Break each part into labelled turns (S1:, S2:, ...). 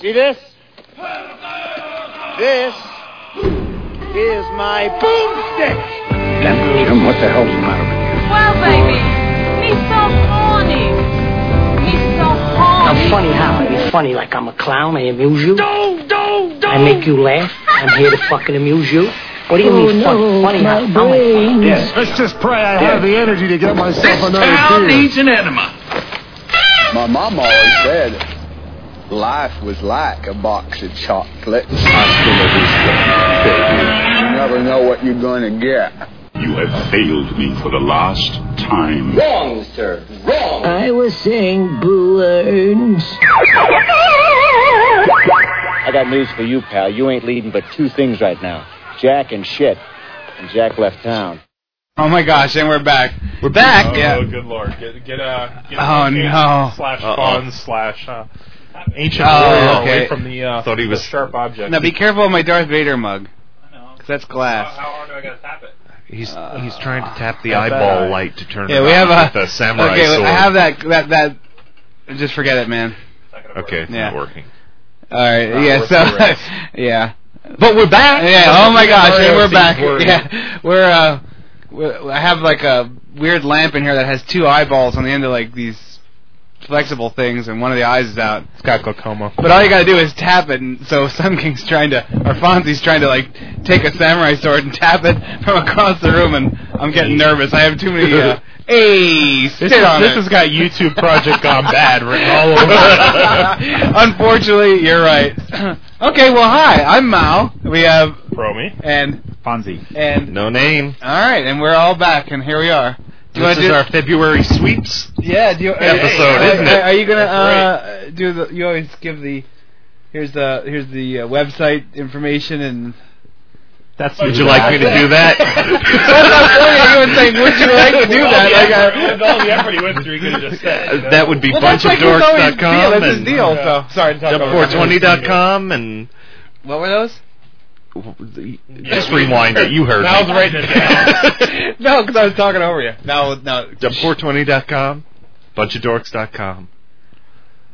S1: See this? This is my boomstick.
S2: Jim, what the hell's the matter with you?
S3: Well, baby, he's so horny. He's so horny.
S4: I'm funny how? Are you funny like I'm a clown? I amuse you?
S1: Don't, don't, don't.
S4: I make you laugh? I'm here to fucking amuse you? What do you mean
S1: Oh,
S4: fun? funny how? I'm a fuck.
S2: Yes.
S5: Let's just pray I have the energy to get myself another beer.
S1: an enema.
S2: My mom always said life was like a box of chocolates. You never know what you're going to get.
S6: You have failed me for the last time.
S7: Wrong, sir. Wrong.
S4: I was saying balloons.
S1: I got news for you, pal. You ain't leading but two things right now Jack and shit. And Jack left town.
S8: Oh my gosh, and we're back. We're back.
S9: Oh,
S8: yeah.
S9: good lord. Get, get, uh, get
S8: Oh,
S9: ancient
S8: no.
S9: Slash
S10: Uh-oh.
S9: fun slash uh, ancient
S8: Oh,
S9: warrior
S8: okay.
S9: away from the, uh,
S10: Thought he
S9: the
S10: was-
S9: sharp object.
S8: Now be careful of my Darth Vader mug. Cause that's glass.
S9: hard do I gotta tap it?
S10: He's he's trying to tap the
S9: Tap that uh,
S10: eyeball
S9: eye.
S10: light to turn.
S8: Yeah,
S10: it
S8: we have
S10: on
S8: a
S10: with the samurai
S8: Okay,
S10: sword.
S8: I have that. That that. Just forget it, man.
S10: Okay, it's
S8: Yeah.
S10: not working.
S8: All right.
S9: Not
S8: yeah.
S9: worth the
S8: So.
S9: risk.
S8: yeah. But we're back. Yeah. Oh my gosh, and we're back.
S10: Worried.
S8: Yeah. We're uh, we're, I have like a weird lamp in here that has two eyeballs on the end of like these flexible things, and one of the eyes is out.
S9: It's got glaucoma.
S8: But all you gotta do is tap it, and so Sun King's trying to, or Fonzie's trying to like take a samurai sword and tap it from across the room, and I'm getting nervous. I have too many. Uh, hey, sit on it.
S9: got YouTube project gone bad written all
S8: Unfortunately, you're right. okay, well, hi, I'm Mao. We have
S9: Promi.
S8: and
S5: Fonzie.
S8: and
S10: No name.
S8: all right, and we're all back, and here we are. Do you
S10: This
S8: want
S10: is
S8: to do?
S10: our February sweeps.
S8: yeah, do you,
S10: episode,
S8: are,
S10: isn't it?
S8: are- Are you gonna uh, do the? You always give the. Here's the here's the uh, website information and.
S5: That's
S10: Would you like me to do that?
S8: That's what I'm saying. You were saying, would you like to do that? Like,
S9: With all the effort he went through, he could have just said. you know?
S10: Uh, that would be
S8: well, that's like his always deal.
S10: bunchofdorks.com
S8: That's his
S10: and
S8: deal.
S9: Yeah.
S8: So sorry to talk about. that.
S10: 420.com and
S8: What were those?
S10: just rewind it. You heard
S9: That was
S10: me.
S9: right in the down.
S8: No, because I was talking over you. No, no.
S10: Dump420.com, bunchofdorks.com.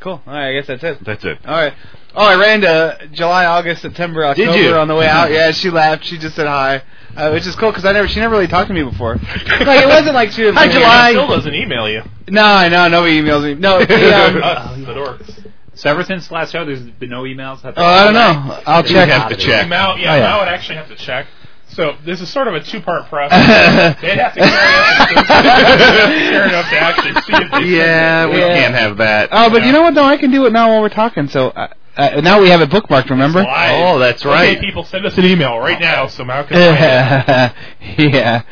S8: Cool. All right, I guess that's it.
S10: That's it.
S8: All right. Oh, I ran to July, August, September,
S10: Did
S8: October
S10: you?
S8: on the way out. Yeah, she laughed. She just said hi, uh, which is cool because I never she never really talked to me before. like it wasn't like she was.
S10: Hi,
S8: like-
S10: July.
S9: Still doesn't email you.
S8: No, no, nobody emails me. No. the, um,
S9: Us, the dorks.
S5: So ever since last show, there's been no emails.
S10: Uh,
S8: oh, I don't know. I'll
S10: You
S8: check.
S10: have to check.
S9: Mal, yeah,
S8: Oh, yeah.
S9: Mal would actually have to check. So this is sort of a two-part process. They'd have to carry enough to actually see if they
S10: Yeah, we
S8: Yeah.
S10: can't have that.
S8: Oh, but you know what? though? I can do it now while we're talking. So uh, uh, now we have it bookmarked. Remember?
S9: Live.
S10: Oh, that's
S9: Okay,
S10: right.
S9: people, send us an email right now so Mal can find it.
S8: yeah.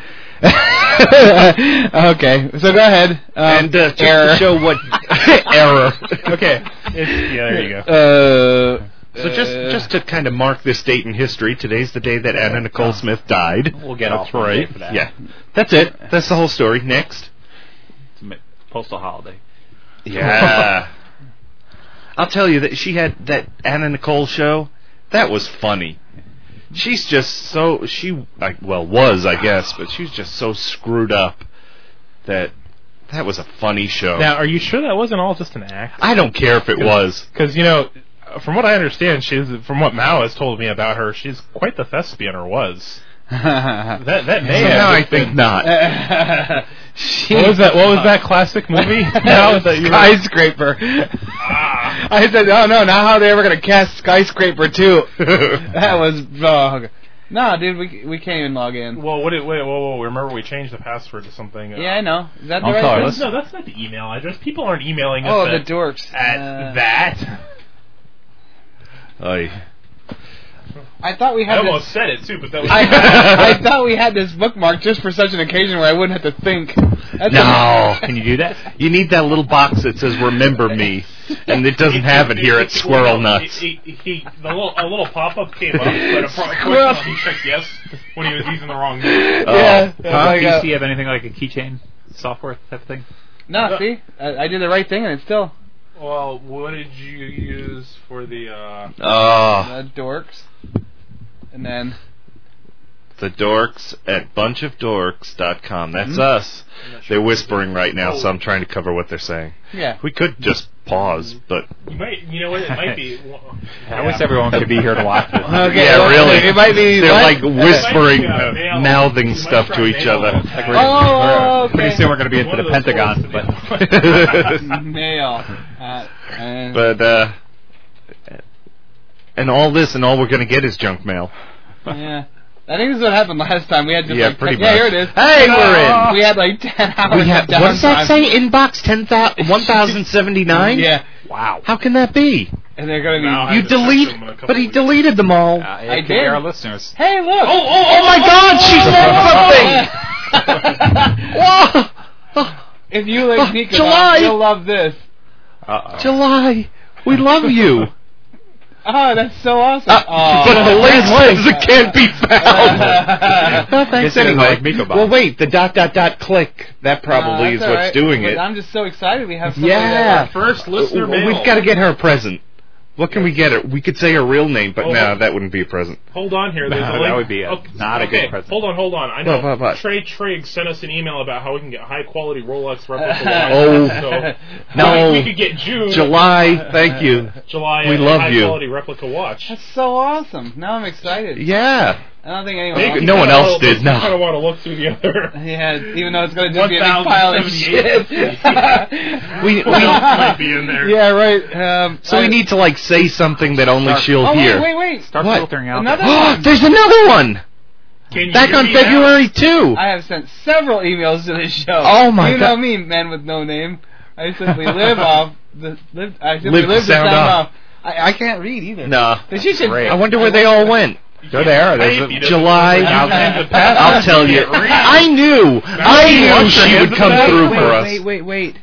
S8: okay, so go ahead. Um,
S10: and uh, just
S8: error.
S10: to show what error.
S9: Okay. It's, yeah, there you go.
S8: Uh,
S10: So just
S8: uh,
S10: just to kind of mark this date in history, today's the day that Anna Nicole Smith died.
S5: We'll get
S9: That's
S5: off one day
S9: right.
S5: for that.
S10: Yeah, that's it. That's the whole story. Next.
S5: Postal holiday.
S10: Yeah. I'll tell you that she had that Anna Nicole show. That was funny. She's just so she I, well was I guess, but she was just so screwed up that that was a funny show.
S9: Now, are you sure that wasn't all just an act?
S10: I don't care if it was.
S9: Because you know, from what I understand, she's from what Mao has told me about her, she's quite the thespian, or was.
S8: Uh,
S9: That that may have
S10: Somehow I
S9: just
S10: think
S9: been-
S10: not.
S8: she-
S9: What was that? What was that classic movie? Mao, that you were-
S8: skyscraper. I said, oh no, now how are they ever gonna cast skyscraper too? that was wrong. No, dude, we we can't even log in.
S9: Well, what? Did, wait, whoa, whoa! Remember, we changed the password to something. Uh,
S8: Yeah, I know. Is that the
S5: I'll
S8: right
S5: call her.
S8: one?
S5: Let's-
S9: No, that's not the email address. People aren't emailing us
S8: Oh, the
S9: at,
S8: dorks.
S9: at
S8: Uh,
S9: that.
S10: Oy.
S8: I thought we
S9: I
S8: had.
S9: almost
S8: This,
S9: said it too, but that was.
S8: I, I thought we had this bookmark just for such an occasion where I wouldn't have to think. That's
S10: No.
S5: Can you do that?
S10: You need that little box that says "Remember Me," and it doesn't have it here at Squirrel Nuts.
S9: He, he, he, the little, a little pop-up came up, but a pro-
S8: Squirrel.
S9: he checked yes when he was using the wrong. name.
S8: yeah.
S10: Oh.
S8: it's
S5: Does
S8: like, uh,
S5: PC have anything like a keychain software type thing?
S8: no, see, I, I did the right thing and it's still
S9: Well, what did you use for the? uh
S10: Oh,
S8: uh, dorks. And then
S10: the dorks at bunchofdorks.com. That's us. They're whispering right now, so I'm trying to cover what they're saying.
S8: yeah,
S10: We could just pause, but
S9: Wait, Oh, you know what? It might be.
S8: I wish everyone could be here to watch this.
S11: Okay,
S10: yeah,
S11: well,
S10: really,
S11: It might be
S10: they're like
S11: what?
S10: whispering,
S9: It might be, uh, mail.
S10: mouthing
S9: It might
S10: stuff
S9: be
S10: to each
S9: mail.
S10: other.
S9: Like,
S11: Oh, okay.
S8: Pretty soon we're going to be into
S9: One
S8: the
S9: of those
S8: Pentagon,
S9: stories.
S8: but
S11: Nail. Uh, uh,
S10: but uh, and all this and all we're gonna get is junk mail.
S11: yeah. I think this is what happened last time. We had just
S10: Yeah,
S11: like
S10: pretty
S11: yeah, here
S10: much.
S11: it is.
S10: Hey,
S8: Oh.
S11: Uh,
S10: we're in.
S11: We had like ten hours.
S10: We had,
S11: of
S10: what does that
S11: downtime.
S10: say? Inbox ten thousand one thousand seventy nine.
S11: Yeah,
S8: wow.
S10: How can that be?
S11: and they're gonna be.
S9: No, I
S10: You
S9: just sent
S10: delete,
S9: them a couple
S10: but he
S9: weeks.
S10: deleted them all.
S8: Uh,
S11: I
S8: it could be
S11: did.
S8: our listeners.
S11: hey, look! Oh,
S10: Oh my God! She said
S11: something.
S10: something. Whoa!
S11: if you like Nico,
S10: Ah, July!
S11: you'll love this.
S8: Uh-oh.
S10: July, we love you.
S11: Oh, that's so awesome!
S10: Uh, but the link says it can't be found.
S11: Well,
S8: thanks Guess it anyway. doesn't like Mikobox.
S10: well, wait, the dot dot dot click. That probably is what's doing it.
S11: I'm just so excited we have somebody
S10: Yeah.
S11: that-
S9: First listener
S10: Well,
S9: mail.
S10: We've got to get her a present. What can we get her? We could say her real name, but
S9: Oh,
S10: no,
S9: what-
S10: that wouldn't be a present.
S9: Hold on here. There's
S8: No,
S9: a
S8: that
S9: link.
S8: would be a- not a good
S9: okay,
S8: present.
S9: Hold on, hold on. I know
S10: What, what, what?
S9: Trey Trigg sent us an email about how we can get high quality Rolex replicas.
S10: Oh.
S9: so
S10: No.
S9: we, we could get June,
S10: July, thank you.
S9: July,
S10: we
S9: a
S10: love
S9: high
S10: you.
S9: quality replica watch.
S11: That's so awesome! Now I'm excited.
S10: Yeah.
S11: I don't think anyone.
S10: Big-
S11: wants
S10: no
S11: that.
S10: one else did, no.
S9: I kind of want to look through the other.
S11: Yeah, even though it's gonna just be a big pile of shit.
S9: 1,078.
S10: We, we,
S9: What else might be in there?
S11: yeah, right. Um,
S10: so
S11: I-
S10: we need to, like, say something that only she'll
S11: Oh
S10: hear.
S11: wait, wait, wait!
S8: Start
S10: What?
S8: filtering out.
S11: Another
S8: the-
S11: one.
S10: There's another one!
S9: Can you
S10: Back
S9: hear
S10: on
S9: me
S10: February 2!
S11: I have sent several emails to this show.
S10: Oh, my
S11: you
S10: God.
S11: know me, man with no name. I simply live off the live. I simply
S10: Live
S11: live,
S10: the
S11: the
S10: sound
S11: sound,
S10: off.
S11: off. I, I can't read either.
S10: Nah.
S11: But you should.
S10: I wonder where they all went.
S9: They're
S10: there.
S9: There's a-
S10: July.
S9: Now
S10: I'll,
S9: there's the past.
S10: I'll tell you.
S9: Can't read.
S10: I knew. I knew
S9: wants to
S10: she
S9: hand
S10: would
S9: them
S10: come
S9: back.
S10: through
S11: wait,
S10: for us.
S11: wait, wait, wait.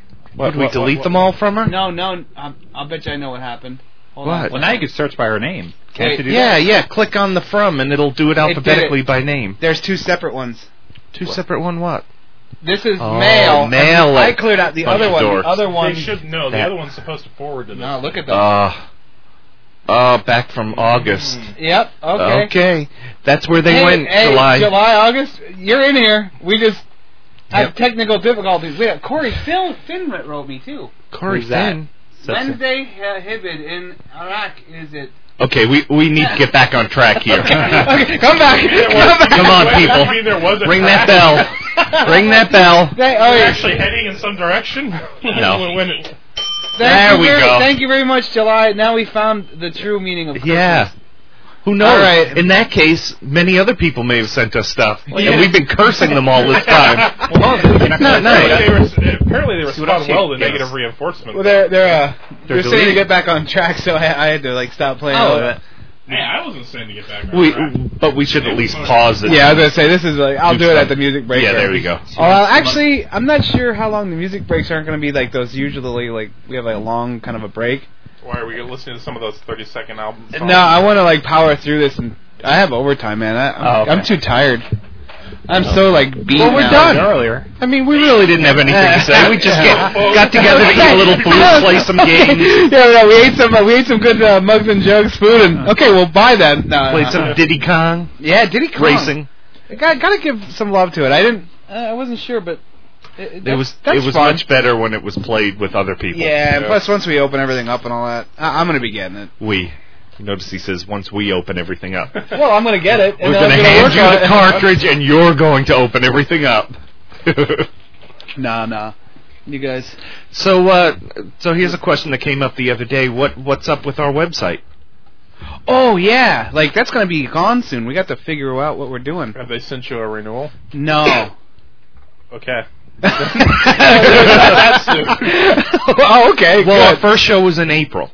S10: Did we delete them all from her?
S11: No, no. I'm, I'll bet you I know what happened. Hold
S10: What?
S8: Well, now you can search by her name. Can't
S11: Wait,
S8: you do
S10: Yeah,
S8: that?
S10: yeah. Click on the from, and it'll do it
S11: did
S10: alphabetically
S11: it.
S10: by name.
S11: There's two separate ones.
S10: Two separate one. What?
S11: This is
S10: Oh,
S11: mail.
S10: mail
S11: I
S10: it.
S11: cleared out the
S10: Bunch
S11: other
S10: of
S11: one.
S10: dorks.
S11: The other one.
S9: They should know. The
S10: That-
S9: other one's supposed to forward to them.
S11: No, look at that.
S10: Uh, uh back from August. Uh,
S11: yep. Hmm. Okay.
S10: That's where they
S11: hey,
S10: went.
S11: hey,
S10: July.
S11: July, August. You're in here. We just have
S10: Yep.
S11: technical difficulties. We have Corey Finn, Finn wrote me too.
S10: Corey
S8: Who's that?
S10: Finn.
S11: Wednesday uh, Hibbid in Iraq is it?
S10: Okay, we we need to get back on track here.
S11: okay, come back. Come back.
S10: Come on,
S9: Wait, I mean,
S10: people.
S9: there was a
S10: Ring that
S9: fact.
S10: bell. Ring that bell.
S11: Thank,
S9: We're
S11: oh, yeah.
S9: actually heading in some direction.
S10: No.
S9: When it-
S11: Thank
S10: There
S11: you
S10: we
S11: very,
S10: go.
S11: Thank you very much, July. Now we found the true meaning of Christmas.
S10: Yeah. Who knows?
S11: All right.
S10: In that case, many other people may have sent us stuff,
S9: yeah.
S10: and we've been cursing them all this time.
S8: Well, you're not gonna-
S10: No, no.
S9: Apparently, they were, apparently they
S8: See what else
S9: respond
S8: you
S9: well to
S8: get.
S9: negative reinforcement.
S11: they're they're uh,
S10: They're saying to deleting. get
S11: back on track, so I, I had to like stop playing
S10: a little bit.
S9: Hey, I wasn't sending it back. on
S10: We,
S9: track.
S10: but we should at least pause it.
S11: say this is like
S10: I'll do it at the
S11: music
S10: Yeah, there we go.
S11: Oh, well, actually, I'm not sure how long the music breaks aren't going to be like those. Usually, like we have like a long kind of a break.
S9: Why are we listening to some of those 30 second albums?
S11: No, I want to like power through this. and I have overtime, man. I, I'm,
S10: Oh, okay.
S11: I'm too tired. I'm so like beat.
S10: Well, we're
S11: now.
S10: done.
S8: Earlier.
S10: I mean, we really didn't have anything to say. We just get, got together to eat a little food, play some games, Uh-huh.
S11: yeah, yeah, we ate some. Uh, we ate some good uh, mugs and jugs food, and okay, well, buy that. No,
S10: play
S11: no,
S10: some
S11: no.
S10: Diddy Kong
S11: Yeah, Diddy Kong.
S10: racing.
S11: Got, gotta give some love to it. I didn't. Uh, I wasn't sure, but it,
S10: It was
S11: That's
S10: it was
S11: fun.
S10: much better when it was played with other people.
S11: Yeah, plus once we open everything up and all that, I- I'm gonna be getting it.
S10: We. Notice he says once we open everything up, we're
S11: Well, I'm gonna get it. And
S10: going to hand you the cartridge, and you're going to open everything up.
S11: Nah, nah. You guys.
S10: So, uh, so here's a question that came up the other day. What what's up with our website?
S11: Oh yeah, like that's gonna be gone soon. We got to figure out what we're doing.
S9: Have they sent you a renewal?
S11: No.
S9: Okay.
S11: oh, okay.
S10: well, our
S11: good.
S10: first show was in April.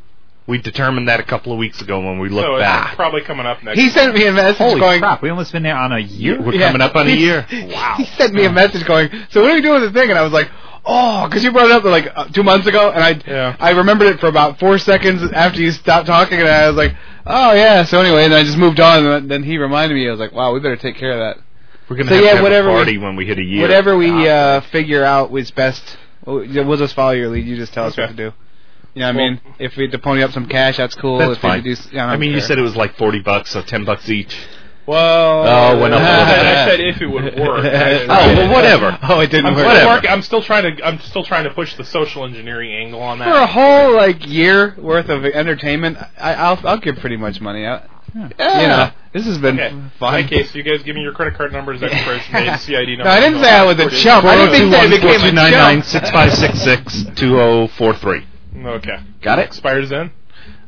S10: We determined that a couple of weeks ago when we looked
S9: so it's
S10: back.
S9: probably coming up next.
S11: he sent me a message
S8: Holy
S11: going.
S8: crap, we almost been there on a year.
S10: We're
S11: Yeah.
S10: coming up on a year.
S8: Wow.
S11: He sent me a message going. So what are we doing with the thing? And I was like. Oh, because you brought it up like uh, two months ago, and I
S9: Yeah.
S11: I remembered it for about four seconds after you stopped talking, and I was like, oh yeah. So anyway, and I just moved on, and then he reminded me. I was like, wow, we better take care of that.
S10: We're gonna
S11: So,
S10: have
S11: yeah,
S10: to have
S11: whatever
S10: a
S11: we-
S10: party when we hit a year.
S11: Whatever we uh, figure out is best. We'll we'll just follow your lead. You just tell us what
S9: Okay.
S11: to do. You know what I mean? If we had to pony up some cash, that's cool.
S10: That's
S11: if
S10: fine.
S11: We could do, s- yeah, I,
S10: I mean, you said it was like forty bucks, so ten bucks each.
S9: Well,
S11: uh,
S10: Oh, when I'm
S9: I,
S10: older.
S9: I said if it would work.
S10: Oh, well, whatever.
S8: Oh, it didn't
S9: I'm
S8: work.
S9: still,
S10: Whatever.
S9: work, I'm still trying to. I'm still trying to push the social engineering angle on
S8: For a
S9: that.
S8: whole like year worth of entertainment, I, I'll I'll give pretty much money out. Yeah. You know, this has been
S9: Okay.
S8: f-
S9: In
S8: fun.
S9: that case, you guys give me your credit card numbers, expiration date, CID number.
S8: No, I didn't say I was a chump. I didn't think that I became a chump.
S10: 421-659-6566-2043.
S9: Okay.
S10: Got it?
S9: Expires then.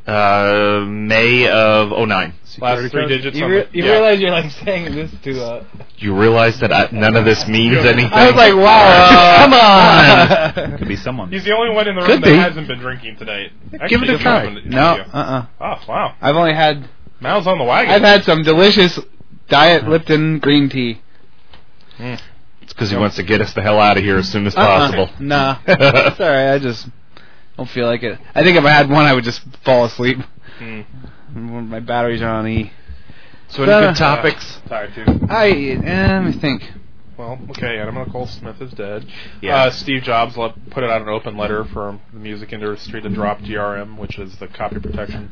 S10: Uh, May of 09.
S9: Last three digits.
S11: You,
S9: on
S11: re-
S9: the-
S11: you
S9: yeah.
S11: realize you're like saying this to uh,
S10: You realize that I, none of this means anything?
S8: I was like,
S10: Uh,
S8: wow.
S10: Come
S12: Could be someone.
S9: He's the only one in the room
S8: Could
S9: that
S8: be.
S9: hasn't been drinking tonight. Actually,
S10: it a
S9: this
S10: try.
S9: one-
S8: no, uh,
S11: uh-uh.
S8: uh
S9: Oh wow.
S8: I've only had
S9: Mal's on the
S8: I've
S9: wagon.
S8: had some delicious diet Lipton green tea.
S10: It's because he wants to get us the hell out of here as soon as
S8: Uh-uh.
S10: possible.
S8: Nah, it's all right. I just don't feel like it. I think if I had one, I would just fall asleep.
S9: Hmm.
S8: My batteries are on E.
S10: So any
S8: Uh,
S10: good topics?
S9: Tired too.
S8: I eh, let me think.
S9: Well, okay. Adam Nicole Smith is dead.
S10: Yeah.
S9: Uh, Steve Jobs le- put out an open letter for the music industry to drop DRM, which is the copy protection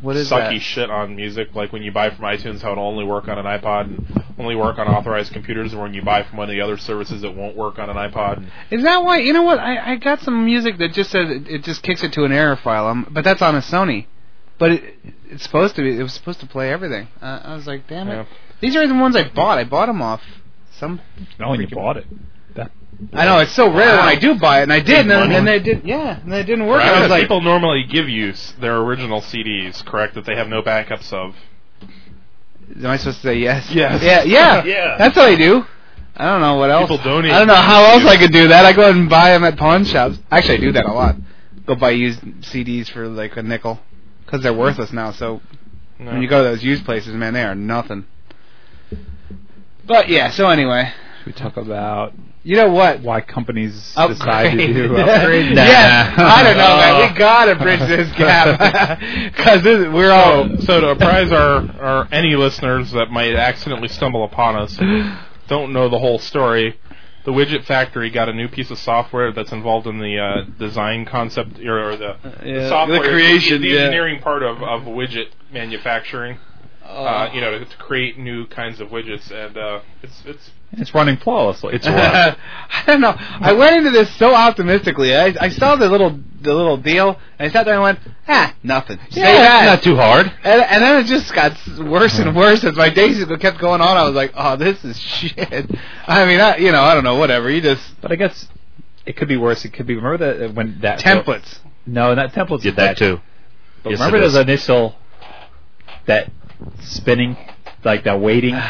S8: What is
S9: sucky
S8: that?
S9: shit on music. Like when you buy from iTunes, how it'll only work on an iPod and only work on authorized computers, or when you buy from one of the other services, it won't work on an iPod.
S8: Is that why? You know what? I, I got some music that just says it, it just kicks it to an error file, um, but that's on a Sony. But it, it's supposed to be. It was supposed to play everything. Uh, I was like, damn it.
S9: Yeah.
S8: These are the ones I bought. I bought them off some.
S12: No, and you bought it.
S8: I know it's so rare when I do buy it, and I did, and then,
S10: money.
S8: and then it did. Yeah, and then it didn't work. I
S9: Because
S8: was like,
S9: people normally give you s- their original CDs, correct? That they have no backups of.
S8: Am I supposed to say yes?
S9: Yes.
S8: Yeah, yeah.
S10: Yeah.
S8: That's what I do. I don't know what else.
S9: People donate.
S8: I don't know how else I could do that. I go and buy them at pawn shops. Actually, I do that a lot. Go buy used CDs for like a nickel because they're worthless now. So
S9: No.
S8: when you go to those used places, man, they are nothing. But yeah. So anyway,
S12: We talk about
S8: you know what?
S12: why companies
S8: Upgrade.
S12: decide to do upgrade.
S8: yes. I don't know, man.
S9: Oh.
S8: We gotta bridge this gap because we're all.
S9: So, so to apprise our, our any listeners that might accidentally stumble upon us, and don't know the whole story. The Widget Factory got a new piece of software that's involved in the uh, design concept or, or the, the software,
S8: the creation,
S9: the,
S8: yeah.
S9: engineering part of, of widget manufacturing. Uh, you know, to, to create new kinds of widgets, and uh, it's it's
S12: It's running flawlessly. It's
S8: I don't know. I went into this so optimistically. I, I saw the little the little deal, and I sat there and went, ah, nothing. Say that.
S10: not too hard.
S8: and, and then it just got s- worse and worse as my days kept going on. I was like, oh, this is shit. I mean, I, you know, I don't know, whatever. You just
S12: But I guess it could be worse. It could be remember that uh, when that
S8: templates.
S12: No, not templates.
S10: Did that too.
S12: But
S10: Yes,
S12: remember
S10: it is.
S12: those initial that spinning, like that waiting when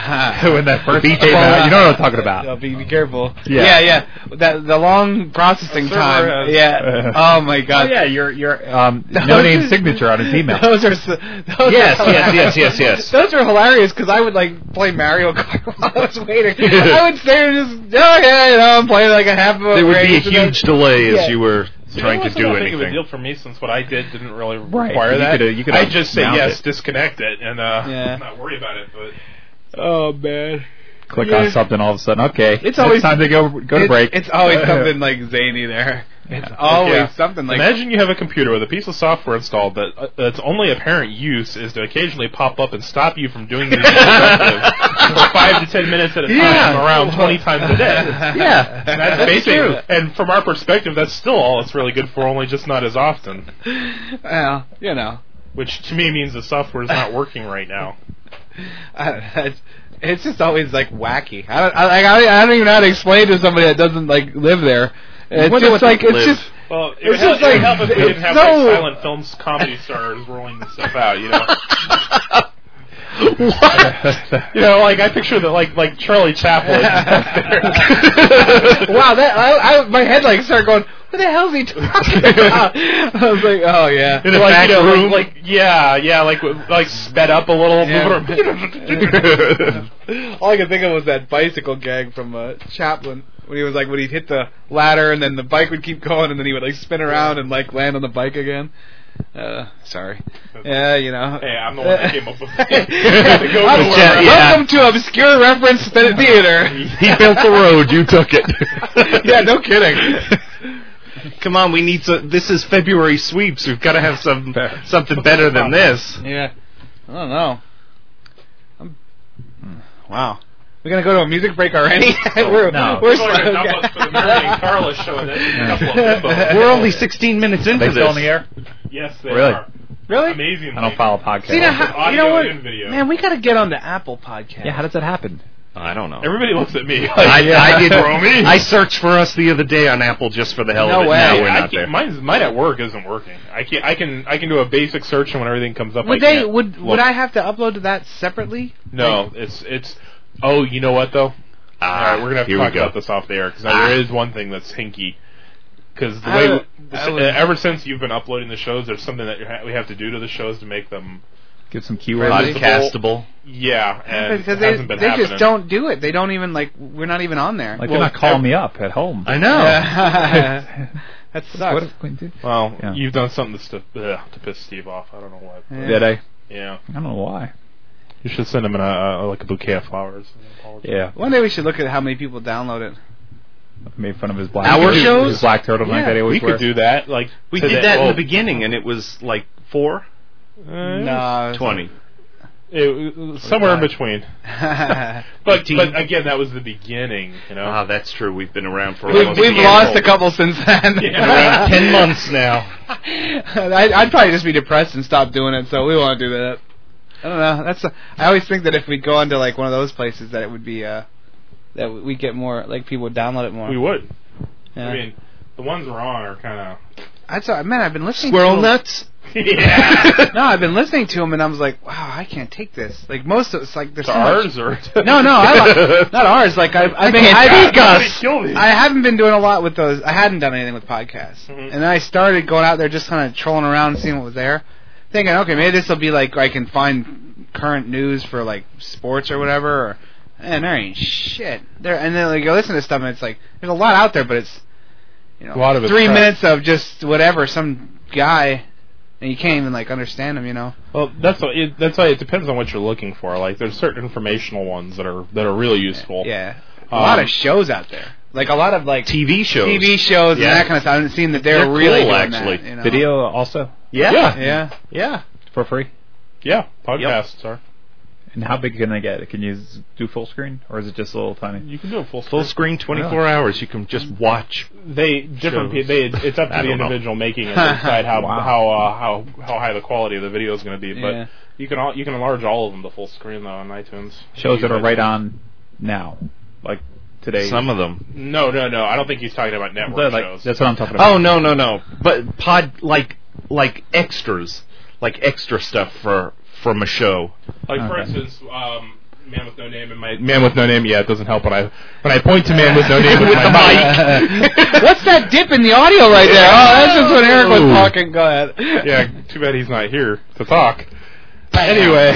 S12: that first
S10: beat
S12: came
S8: ball.
S12: out. You know what I'm talking about?
S8: No, be, be careful.
S12: Yeah.
S8: Yeah, yeah. That the long processing
S9: server
S8: time.
S9: has-
S8: Yeah. Oh my
S12: Oh
S8: god.
S12: yeah, your your um,
S8: Those
S12: no name
S8: are-
S12: signature on his email.
S8: Those are s- those
S10: Yes,
S8: are
S10: yes, yes, yes, yes.
S8: Those are hilarious because I would like play Mario Kart while I was waiting. I would stay there just oh yeah, you know, I'm playing like a half of a
S10: There would be a
S8: race and then-
S10: huge delay
S8: Yeah.
S10: as you were trying
S9: it
S10: to
S9: wasn't
S10: do
S9: that big of a
S10: anything.
S9: deal for me since what I did didn't really
S12: Right.
S9: require
S12: You
S9: that.
S12: could, uh, you could
S9: I
S12: have
S9: just say
S12: mount
S9: yes,
S12: it.
S9: disconnect it, and uh,
S8: Yeah.
S9: not worry about it. But
S8: Oh man,
S12: Click
S8: yeah.
S12: on something, all of a sudden, okay,
S8: It's always-
S12: time to go go to
S8: it's,
S12: break.
S8: It's always something like zany there. It's always
S9: Yeah.
S8: something like
S9: imagine you have a computer with a piece of software installed that uh, its only apparent use is to occasionally pop up and stop you from doing these directives for five to ten minutes at a time
S8: Yeah.
S9: around twenty times a day.
S8: yeah.
S9: And that's, basic, and from our perspective, that's still all it's really good for, only just not as often.
S8: Well, you know,
S9: Which to me means the software is not working right now.
S8: I, that's- it's just always like wacky. I don't, I, like, I, I don't even know how to explain to somebody that doesn't like live there. It's
S10: wonder
S8: just
S10: what
S8: like
S10: they
S8: it's
S10: live.
S8: just
S9: Well, it
S8: It's
S9: would help, it would
S8: just like-
S9: help if we didn't have
S8: no.
S9: like silent films comedy stars rolling this stuff out, you know.
S10: what?
S9: You know, like I picture that, like like Charlie Chaplin.
S8: wow, that I, I, my head like started going. What the hell is he talking about? I was like, oh yeah.
S9: In a
S8: Like,
S9: back
S8: you know, like-
S9: room, like, yeah, yeah, like w- like sped up a little.
S8: Yeah. All I could think of was that bicycle gag from uh, Chaplin when he was like when he'd hit the ladder and then the bike would keep going and then he would like spin around and like land on the bike again. Uh, sorry. Yeah, you know.
S9: hey, I'm the one that came up with it. Go
S8: Welcome-
S9: nowhere.
S10: yeah.
S8: Welcome to obscure reference Spin theater.
S10: he built the road. You took it.
S8: yeah, no kidding.
S10: Come on, we need some. This is February sweeps. We've got to have some something better than this.
S8: Yeah, I don't know. I'm
S11: Wow. We're gonna go to a music break already. we're
S10: No.
S11: we're
S10: Go ahead, that was for the Mary and Carla show, and that's a couple of bimbos. We're only 16 minutes into
S8: They still
S10: this.
S8: on the air?
S9: Yes, they
S8: Really?
S9: are.
S11: Really?
S9: Amazing.
S8: I don't follow podcasts.
S11: See, now,
S9: With
S11: how, you
S9: audio
S11: know what?
S9: and video.
S11: Man, we gotta get on the Apple podcast.
S8: yeah, how does that happen?
S10: I don't know.
S9: Everybody looks at me. Like,
S10: I, I did.
S9: Throw me.
S10: I searched for us the other day on Apple just for the hell
S11: No
S10: of it.
S11: way.
S10: Now we're
S9: I
S10: not
S9: can't-
S10: there.
S9: Mine's, mine at work isn't working. I can I can I can do a basic search and when everything comes up, I
S11: Would they?
S9: can't
S11: Would
S9: look.
S11: would I have to upload to that separately?
S9: No, it's it's. Oh, you know what though? All
S10: Ah,
S9: right, we're gonna have to
S10: here we
S9: talk
S10: go.
S9: about this off the air because
S10: Ah.
S9: there is one thing that's hinky. Because the
S11: I
S9: way
S11: would-
S9: we-
S11: I
S9: s-
S11: would-
S9: uh, ever since you've been uploading the shows, there's something that you're ha- we have to do to the shows to make them.
S8: Give some keywords.
S10: Podcastable.
S9: Yeah, and
S11: Because
S9: it
S11: they,
S9: hasn't been
S11: they
S9: happening.
S11: just don't do it. They don't even like. We're not even on there.
S8: Like they're not calling me up at home.
S10: I know.
S11: that
S8: What
S11: sucks.
S8: if we did-
S9: Well,
S8: Yeah.
S9: you've done something to, st- ugh, to piss Steve off. I don't know what. but-
S8: Did I?
S9: Yeah,
S8: I don't know why.
S9: you should send him an, uh, uh, like a bouquet of flowers.
S8: Yeah,
S11: One day we should look at how many people download it.
S8: made fun of his black
S10: Our
S8: his
S10: shows?
S8: black turtleneck
S11: Yeah,
S8: that he
S9: we
S8: always
S9: could
S8: wears.
S9: do that. Like
S10: We
S9: to
S10: did that in
S9: well,
S10: the beginning, and it was like four
S11: No,
S10: twenty.
S9: eh, it was somewhere in between. But,
S10: Eighteen.
S9: but again, that was the beginning. You know.
S10: Ah, that's true. We've been around for
S11: we've,
S10: almost
S11: we've
S10: year.
S11: lost a couple since then.
S10: Been around ten months now.
S11: I, I'd probably just be depressed and stop doing it, so we won't do that. I don't know. That's a, I always think that if we go into like one of those places, that it would be uh, that we get more like people would download it more.
S9: We would.
S11: Yeah.
S9: I mean, the ones we're on are kind
S11: I saw, man, I've been listening.
S10: Squirrel
S11: to
S10: nuts.
S9: of. yeah.
S11: No, I've been listening to him, and I was like, wow, I can't take this. Like most of it's like there's
S9: It's
S11: so
S9: ours
S11: much-
S9: or
S11: No, no, I like, not ours. Like I, I've been, I've, I haven't been doing a lot with those. I hadn't done anything with podcasts,
S9: Mhm.
S11: and then I started going out there just kind of trolling around, seeing what was there, thinking, okay, maybe this will be like I can find current news for like sports or whatever. Or, and there ain't shit there. And then like you listen to stuff, and it's like there's a lot out there, but it's you know
S9: A lot of it's
S11: three
S9: crap.
S11: minutes of just whatever some guy, and you can't even like understand him, you know.
S9: Well, that's why it, that's why it depends on what you're looking for. Like, there's certain informational ones that are that are really useful.
S11: Yeah, a
S9: Um,
S11: lot of shows out there, like a lot of like.
S10: TV shows.
S11: TV shows
S10: Yeah.
S11: and that kind of stuff. I haven't seen that they're,
S10: They're
S11: really
S10: cool,
S11: doing that,
S10: actually.
S11: you know?
S8: Video also
S10: Yeah.
S9: Yeah.
S11: Yeah.
S10: Yeah.
S8: for free.
S9: Yeah, podcasts are.
S8: And how big can I get? it? Can you s- do full screen or is it just a little tiny?
S9: You can do a full
S10: Full screen, twenty four hours. You can just watch.
S9: They different. Pe-
S10: Shows.
S9: they it's up to
S10: I
S9: the
S10: don't know.
S9: individual making it to decide how
S8: Wow.
S9: how uh, how how high the quality of the video is going to be. But
S11: Yeah.
S9: you can all you can enlarge all of them to full screen though on iTunes.
S8: Shows that are
S9: Use
S8: right
S9: iTunes.
S8: on now, like today.
S10: Some of them.
S9: No, no, no. I don't think he's talking about network
S8: But, like,
S9: shows.
S8: that's what I'm talking about.
S10: Oh no no no. But pod like like extras, like extra stuff for from a show.
S9: Like for
S8: Okay.
S9: instance, um, Man with No Name and my
S10: Man with no name. Yeah, it doesn't help when I when I point to
S9: Man with No Name with
S10: with
S9: my
S10: the mic.
S11: What's that dip in the audio right there? Oh, that's just when Eric was
S10: Ooh.
S11: talking. Go ahead.
S9: yeah, too bad he's not here to talk. Anyway,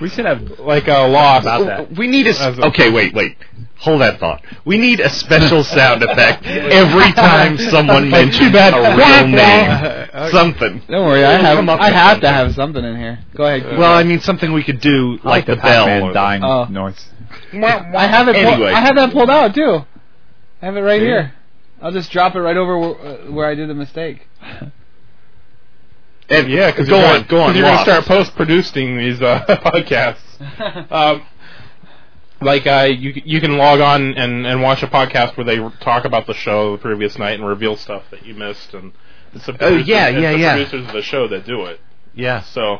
S8: we should have
S9: like uh, Lost.
S8: about that.
S10: We need a s-
S9: That's a-
S10: okay. Wait, wait. Hold that thought. We need a special sound effect every time someone
S11: Like,
S10: mentions
S11: too bad.
S10: a real name, something.
S11: Don't worry, I have
S10: Come up
S11: I
S10: with
S11: have to
S10: something.
S11: have something Uh, in here. Go ahead. keep
S10: Well, I mean something we could do like the bell. Uh.
S8: Pac-Man
S10: or the-
S8: dying
S11: Oh.
S8: noise.
S11: going. I have it. pull-
S10: Anyway.
S11: I have that pulled out too. I have it right
S8: Do you?
S11: here. I'll just drop it right over where, uh, where I did the mistake.
S10: And
S9: Yeah, because
S10: go on, go on.
S9: You're
S10: Lost.
S9: gonna start post-producing these uh, podcasts. um, like uh, you you can log on and and watch a podcast where they talk about the show the previous night and reveal stuff that you missed and. It's the producers,
S10: Oh, yeah,
S9: it's
S10: yeah,
S9: the
S10: yeah.
S9: Producers of the show that do it.
S10: Yeah,
S9: So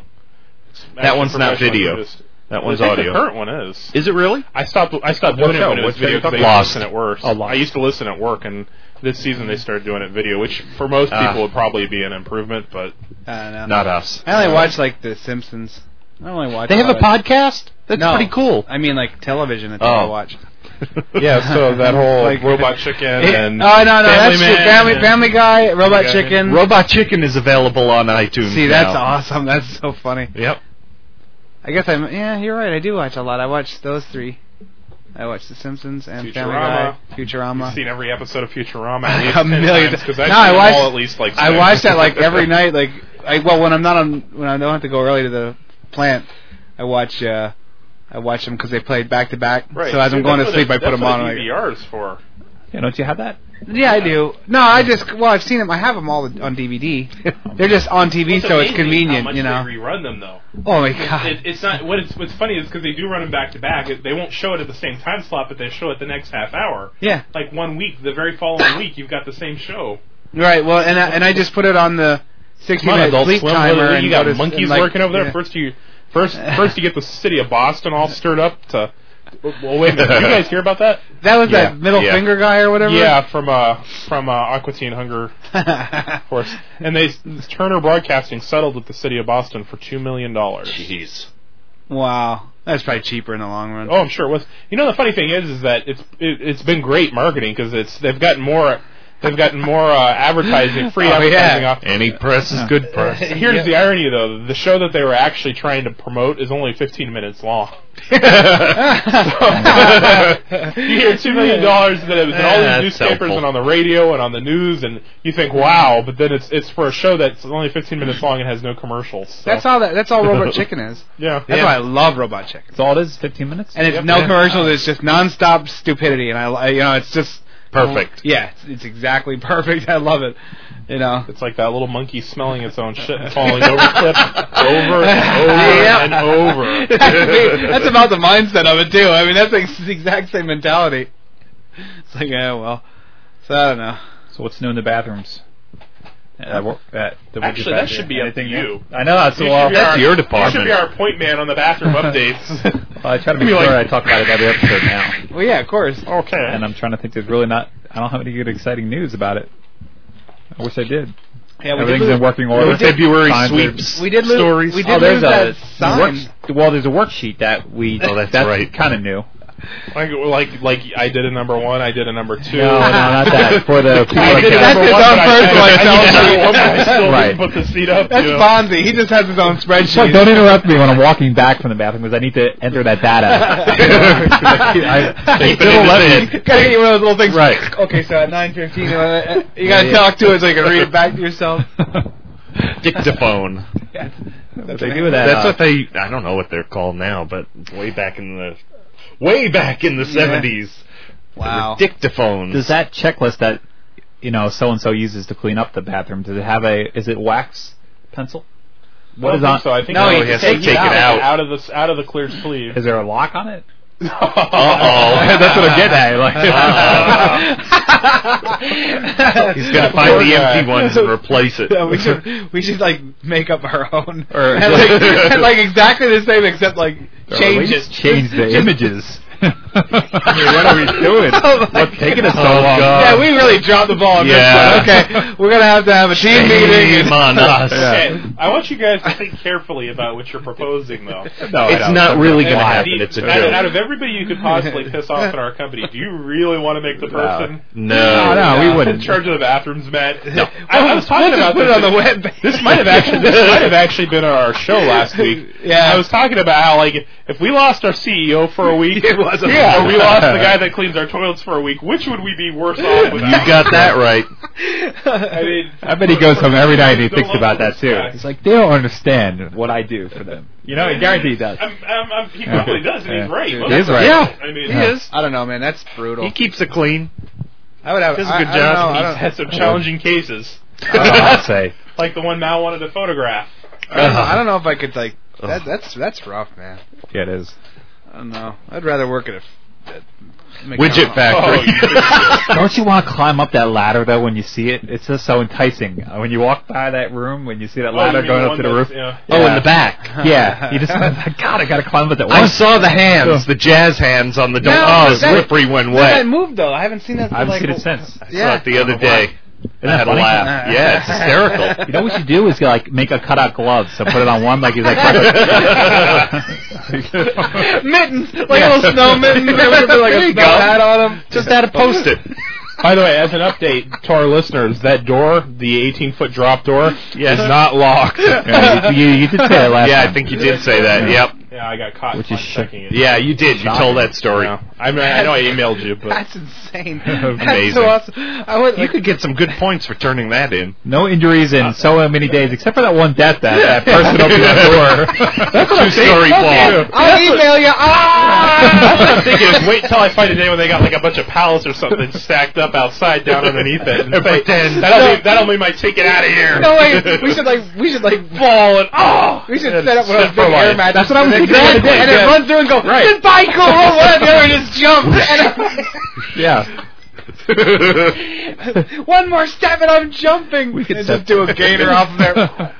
S9: it's
S10: That one's not
S9: actually
S10: video.
S9: produced.
S10: that
S9: I
S10: one's
S9: think
S10: audio.
S9: The current one is.
S10: Is it really?
S9: I stopped. I stopped
S10: What
S9: doing it
S10: show?
S9: when it
S10: What
S9: was
S10: show
S9: video
S10: you
S9: because I
S10: talking
S9: used to listen
S10: about?
S9: at work.
S8: Oh, Lost.
S9: I used to listen at work, and this season they started doing it video, which for most
S10: Ah.
S9: people would probably be an improvement. But
S11: I don't know.
S10: Not us.
S11: I only watch like The Simpsons. I only watch.
S10: They have a
S11: lot of-
S10: podcast. That's
S11: No.
S10: pretty cool.
S11: I mean, like television. That's all I
S10: Oh.
S11: watch.
S9: yeah, so that whole
S11: Like-
S9: robot chicken and
S11: oh no, no,
S9: Family
S11: that's
S9: Man
S11: shit. Family,
S9: and-
S11: Family Guy, Robot
S9: Guy.
S11: Chicken.
S10: Robot Chicken is available on iTunes.
S11: See, that's
S10: now.
S11: awesome. That's so funny.
S10: Yep.
S11: I guess I'm. Yeah, you're right. I do watch a lot. I watch those three. I watch The Simpsons and
S9: Futurama.
S11: Family Guy,
S9: I've
S11: Futurama.
S9: seen every episode of Futurama
S11: A
S9: at least ten
S11: million
S9: times because I've
S11: times. No, I
S9: seen
S11: watched-
S9: all at least like
S11: I
S9: six.
S11: watch that like every night. Like, I, well, when I'm not on, when I don't have to go early to the plant, I watch. uh I watch them because they played back to back.
S9: Right.
S11: So as I'm
S9: Dude,
S11: going to
S9: that's what
S11: sleep, I
S9: the-
S11: put them
S9: that's
S11: on.
S9: What
S11: Like,
S9: DVR is for.
S8: Yeah, don't you have that?
S11: Yeah, I do. No, I just well, I've seen them. I have them all on DVD. They're just on TV,
S9: It's
S11: so it's
S9: amazing
S11: convenient,
S9: how much
S11: you know.
S9: They rerun them though.
S11: Oh my
S9: It's-
S11: God.
S9: It, it's not what it's, what's funny is because they do run them back to back. It- They won't show it at the same time slot, but they show it the next half hour.
S11: Yeah.
S9: Like one week, the very following week, you've got the same show.
S11: Right. Well, and I, and I just put it on the sixty
S9: Come on,
S11: minute
S9: Adult
S11: sleep
S9: Swim,
S11: timer.
S9: what-
S11: and
S9: you got
S11: go to-
S9: monkeys
S11: and, like,
S9: working over there.
S11: yeah.
S9: First you, first first you get the city of Boston all stirred up to. Well, wait a minute. Did you guys hear about that?
S11: That was
S9: Yeah,
S11: that middle
S9: yeah.
S11: finger guy or whatever.
S9: Yeah, from uh from uh, Aqua Teen Hunger Horse, and they Turner Broadcasting settled with the city of Boston for two million dollars.
S10: Jeez.
S11: Wow, that's probably cheaper in the long run.
S9: Oh, I'm sure it was. You know, the funny thing is, is that it's it, it's been great marketing because it's they've gotten more they've gotten more uh, advertising, free
S11: Oh,
S9: advertising
S11: yeah.
S9: off.
S10: Any press is good press.
S9: Here's the irony, though: the show that they were actually trying to promote is only 15 minutes long. you hear two million dollars that it was in all
S10: That's
S9: these newspapers
S10: helpful.
S9: and on the radio and on the news, and you think, wow, but then it's it's for a show that's only 15 minutes long and has no commercials. so-
S11: That's all that. That's all Robot Chicken is.
S9: Yeah.
S11: That's why I love Robot Chicken.
S8: That's all it is. Fifteen minutes.
S11: And it's
S9: Yep.
S11: no
S9: Yeah.
S11: commercials. It's just nonstop stupidity, and I, li- you know, it's just
S10: Perfect.
S11: Yeah, it's, it's exactly perfect. I love it. You know.
S9: It's like that little monkey smelling its own shit and falling over cliff over and over
S11: Yeah.
S9: and over.
S11: that's about the mindset of it too. I mean, that's like the exact same mentality. It's like, yeah, well, so I don't know.
S8: So what's new in the bathrooms? Uh, wor- uh, the widget
S9: Actually, that
S8: bathroom.
S9: should be up to
S8: Anything
S9: you.
S8: new? I know that's
S9: You
S8: well.
S9: should be
S10: That's
S9: our-
S10: your
S9: You should
S10: department.
S9: be our point man on the bathroom updates.
S8: Well, I try to make
S9: Be
S8: sure
S9: like-
S8: I talk about it every episode now,
S11: Well, yeah, of course.
S8: and
S9: okay.
S8: I'm trying to think. There's really not. I don't have any good exciting news about it. I wish I did.
S11: Yeah, we
S8: Everything's
S11: did
S8: in
S11: lose,
S8: working order.
S10: February
S8: Signs are-
S10: sweeps.
S11: we did lose,
S10: stories.
S11: We did
S8: Oh,
S11: lose
S8: there's
S11: that
S8: a
S11: sign.
S8: work- well, there's a worksheet that we.
S10: Oh, that's right.
S8: Kind of new.
S9: Like, like, like I did a number one, I did a number two.
S8: No, no, not that. For the
S9: I did a
S11: That's
S9: number
S11: his
S9: one,
S11: own
S9: but I-
S11: personal
S9: I- I
S11: Excel
S9: did a number
S11: sheet.
S9: one, but I still
S8: Right.
S9: didn't put the seat up.
S11: That's
S9: you know.
S11: Fonzie. He just has his own spreadsheet.
S8: Look, don't interrupt me when I'm walking back from the bathroom because I need to enter that data. I,
S10: Keep it
S8: Little
S10: in
S8: left-
S10: his head.
S11: Gotta get you one of those little things.
S10: Right.
S11: Okay, so at nine fifteen, uh, you
S8: Yeah,
S11: gotta
S8: yeah.
S11: talk to it so you can read it back to yourself.
S10: Dictaphone.
S11: Yes.
S8: What they do with that?
S10: That's
S8: uh,
S10: what they. I don't know what they're called now, but way back in the, way back in the seventies,
S11: Wow.
S10: dictaphones.
S8: does that checklist that you know so and so uses to clean up the bathroom? Does it have a? Is it wax pencil?
S9: I
S8: What is
S9: think
S8: on?
S9: So I think
S10: No,
S9: I
S10: he
S9: would
S10: has to take it out.
S9: out of the out of the clear sleeve.
S8: Is there a lock on it?
S10: Uh-oh.
S8: that's what I'm getting at. Like,
S10: He's gonna find the empty ones and replace it.
S11: uh, Yeah, we should we should like make up our own
S8: Or-
S11: and, like, and, like, exactly the same except like change it.
S8: Change the images. what are we doing?
S11: Oh my
S8: What's taking us so
S10: God.
S8: long?
S10: God.
S11: Yeah, we really dropped the ball on
S10: Yeah.
S11: this one. Okay, we're gonna have to have a team meeting.
S10: Shame on
S11: and-
S10: us.
S9: Okay, I want you guys to think carefully about what you're proposing, though.
S8: No, I
S10: It's
S8: don't.
S10: not really
S9: And
S10: gonna
S9: out of
S10: happen.
S9: the-
S10: It's a
S9: out, of- out
S10: joke.
S9: of everybody you could possibly piss off in our company, do you really want to make the person
S10: Oh, No.
S8: No, no, we
S9: in
S8: wouldn't.
S9: charge of the bathrooms, Matt?
S10: No.
S9: I, I was talking about
S11: put
S9: this.
S11: it on the web.
S9: This might have actually this might have actually been on our show last week.
S11: Yeah.
S9: I was talking about how like if we lost our CEO for a week,
S11: It was a-
S9: or we lost the guy that cleans our toilets for a week, which would we be worse off
S10: You
S9: without?
S10: got that right.
S9: I mean,
S8: I bet he goes home every night and he
S9: No
S8: thinks
S9: longer
S8: about that
S9: this
S8: too.
S9: guy.
S8: He's like, they don't understand what I do for them. You know, I guarantee he does.
S9: I'm, I'm, I'm, he probably does, and
S8: Yeah.
S9: he's right.
S8: He
S9: Well,
S8: is
S9: that's-
S8: right.
S10: Yeah.
S9: I mean,
S10: He is.
S11: I don't know, man. That's
S10: He
S11: brutal.
S10: keeps it clean.
S11: I would have.
S10: does a
S11: I-
S10: good
S11: I don't
S10: job.
S11: know, I
S10: He's
S11: don't-
S9: had uh, some challenging cases,
S8: I'll say.
S9: like the one Mal wanted to photograph.
S11: I don't
S10: Uh-huh.
S11: know- I don't know if I could like. That, that's that's rough, man.
S8: Yeah, it is.
S11: I don't know. I'd rather work at a at
S10: Widget
S11: McDonald's.
S9: Oh,
S10: factory.
S8: Don't you want to climb up that ladder though when you see it? It's just so enticing. Uh, When you walk by that room, when you see that
S9: Oh,
S8: ladder
S9: you mean
S8: going
S9: the
S8: up to the
S9: one
S8: roof.
S9: that's- yeah.
S10: Oh, in the back.
S8: Yeah, you just like, God, I gotta climb up that.
S10: I
S8: one-
S10: saw the
S8: Oh.
S10: hands, the jazz hands on the door.
S11: No,
S10: oh,
S11: that-
S10: slippery when
S11: That
S10: wet.
S11: had moved though. I haven't seen that. for,
S8: I've
S11: like,
S8: seen
S11: a-
S8: it since.
S10: saw
S11: Yeah.
S10: it the other day. I
S8: that
S10: had a
S8: funny?
S10: laugh. Yeah, it's hysterical.
S8: You know what you do is like make a cutout glove, so put it on one like he's like.
S11: mittens, like
S8: Yeah.
S11: little snow mittens, They would put, like
S10: There
S11: a
S10: you
S11: snow
S10: go.
S11: hat on them.
S10: Just had to post it.
S9: By the way, as an update to our listeners, that door, the 18 foot drop door,
S10: Yes.
S9: is not locked.
S8: Yeah, you, you, you did say it last
S10: yeah,
S8: time.
S10: I think you did say that. Yep.
S9: Yeah, I got caught.
S13: Which is sh-
S9: checking it.
S10: Yeah, you did. You
S9: Shocking.
S10: told that story.
S9: Yeah. I, mean, I know I emailed you, but
S11: That's insane.
S10: Amazing.
S11: That's so awesome. I would,
S10: you could get some good points for turning that in.
S8: No injuries in so many days, except for that one death that that person opened that door. That's what I'm saying.
S10: Two-story
S8: That's
S10: fall.
S8: what-
S11: I'll email you. Ah!
S9: That's what I'm thinking is wait till I find a day when they got like a bunch of pallets or something stacked up outside down underneath it. And say,
S10: pretend.
S9: that'll, be, that'll be my ticket out of here.
S11: No way. We should like we should like
S9: fall and oh.
S11: we should set up one
S9: set for
S11: of those big air
S9: life.
S11: mattresses. That's what I was
S9: Exactly,
S11: thinking. the other day, And
S9: yeah.
S11: then run through and go
S9: Right.
S11: goodbye, cool. Roll one of the other and just jump.
S8: Yeah.
S11: And one more step and I'm jumping. We
S8: could
S11: and
S8: set-
S11: just do a gainer off of there.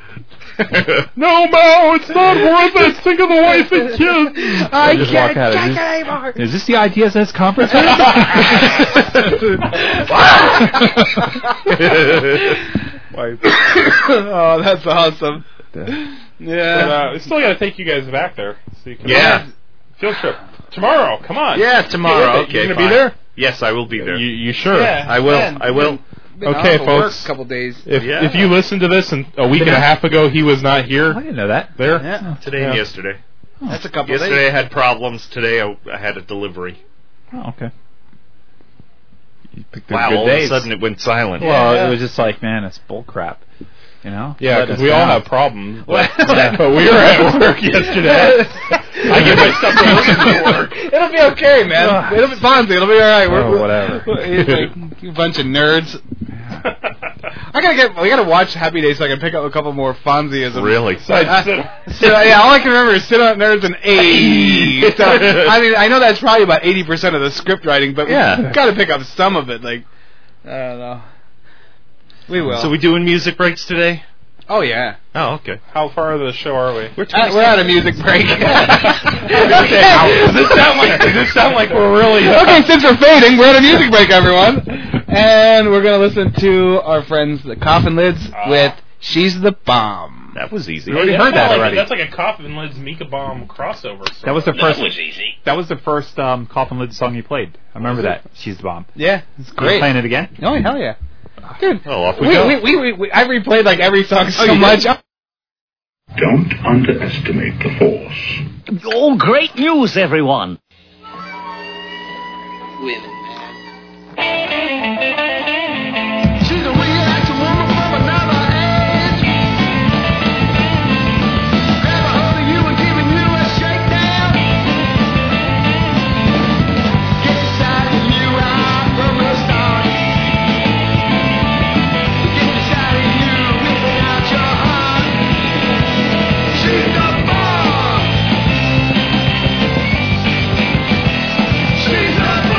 S9: no, Mo, it's not worth it. Think of the wife and kids.
S11: I
S8: just walk out.
S11: can't
S8: Is
S11: check it
S8: this-
S11: anymore.
S8: Is this the IDSS conference?
S11: oh, that's awesome.
S9: But,
S11: Yeah.
S9: uh, we still got to take you guys back there. So you can
S10: Yeah.
S9: Field trip tomorrow. Come on.
S10: Yeah, tomorrow.
S9: Get with it.
S10: Okay,
S9: You gonna
S10: fine.
S9: be there?
S10: Yes, I will be there.
S9: You, you sure?
S11: Yeah.
S10: I will.
S11: Man,
S10: I will.
S11: Been
S9: Okay,
S11: off of work
S9: folks.
S11: a couple days.
S9: If
S10: Yeah.
S9: if you listened to this and a week and a half ago, he was not
S8: I
S9: here.
S8: didn't know that.
S9: There.
S11: Yeah.
S10: Today and yesterday.
S11: That's a couple
S10: Yesterday I
S11: days.
S10: had problems. Today I, I had a delivery.
S8: Oh, okay. You picked
S10: Wow,
S8: good
S10: all
S8: days.
S10: of a sudden it went silent.
S8: Well,
S11: Yeah.
S8: it was just like, man, it's bull crap. You know?
S9: Yeah,
S8: Let
S9: because
S8: us
S9: we all
S8: down.
S9: have problems. But, but we were at work yesterday. I give my stuff to listen to work.
S11: It'll be okay, man.
S8: Ugh.
S11: It'll be Fonzie. It'll be all right. We're,
S8: Oh,
S11: we're-
S8: whatever.
S11: It's like, Ah. you bunch of nerds. I gotta get. We gotta watch Happy Days so I can pick up a couple more Fonzieisms.
S10: Really?
S11: Uh, sit on- yeah, all I can remember is sit on nerds and eight. So, I mean, I know that's probably about eighty percent of the script writing, but
S10: Yeah.
S11: we've got to pick up some of it. Like, I don't know. We will.
S10: So we doing music breaks today?
S11: oh yeah,
S10: Oh, okay.
S9: How far of the show are we?
S10: We're
S11: Uh, we're out of music break.
S9: does this sound like? Does this sound like we're really?
S11: okay, since we're fading, we're at a music break, everyone. And we're going to listen to our friends, the Coffin Lids, with She's the Bomb.
S10: That was easy.
S8: already heard that already.
S9: That's like a coffin lids Mika bomb crossover. song.
S8: That was the first.
S9: easy.
S8: That was the first um, Coffin Lid song you played. I remember that. She's the bomb.
S11: Yeah, it's
S8: Are you
S11: great.
S8: playing it again?
S11: Oh, hell yeah. Dude,
S10: Well, off we,
S11: we,
S10: go.
S11: we, we, we, we, I replayed like every song so much.
S6: Don't underestimate the force.
S4: Oh, great news, everyone.
S3: She's a reaction woman from another age. Grab a hold of you and giving you a shakedown. Get inside of you right from the start. Get inside of you, ripping out your heart. She's the bomb. She's the bomb. She's the bomb.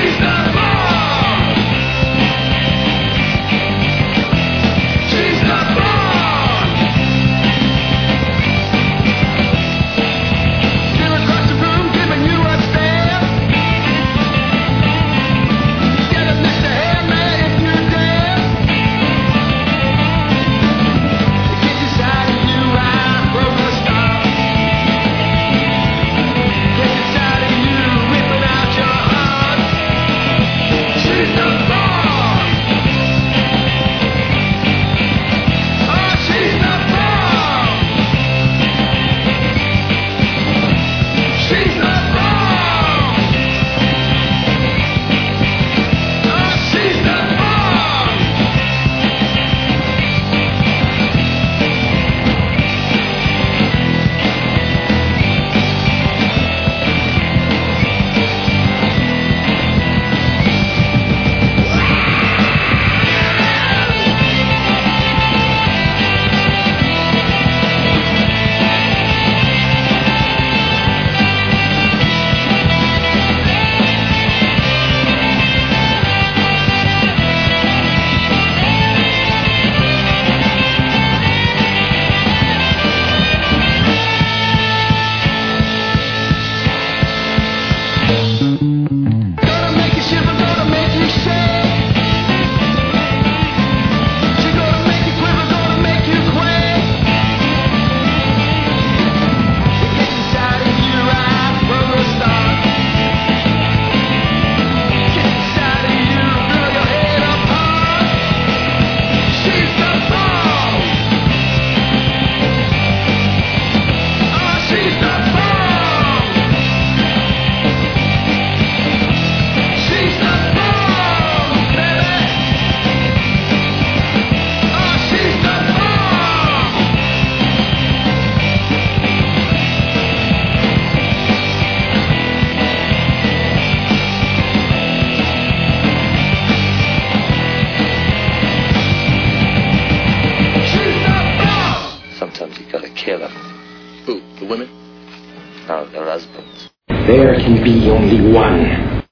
S3: Oh, Ah,
S7: women? No, their husbands.
S13: There can be only one.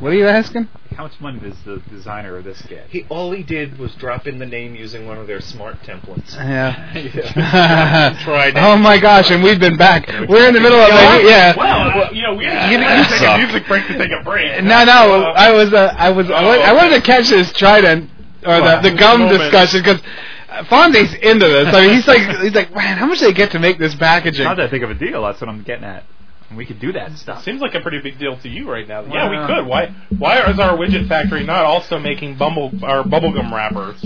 S8: What are you asking? How much money does the designer of this get?
S14: He all he did was drop in the name using one of their smart templates.
S11: Yeah.
S14: Tried it.
S11: oh my gosh, and we've been back. We're in the middle of like, yeah.
S14: Well, you know, we
S11: had You- to you take a suck. music
S14: break to take a break.
S11: No, no, I was, uh, I was, I, wa- I wanted to catch this trident or
S14: Wow.
S11: the, the gum
S14: Moment.
S11: discussion because Fonde's into this. I mean, he's like, he's like, man, how much do they get to make this packaging?
S8: Not that big of a deal. That's what I'm getting at. We could do that stuff.
S9: Seems like a pretty big deal to you right now. Yeah,
S8: Wow.
S9: we could. Why? Why is our widget factory not also making bumble our bubblegum wrappers?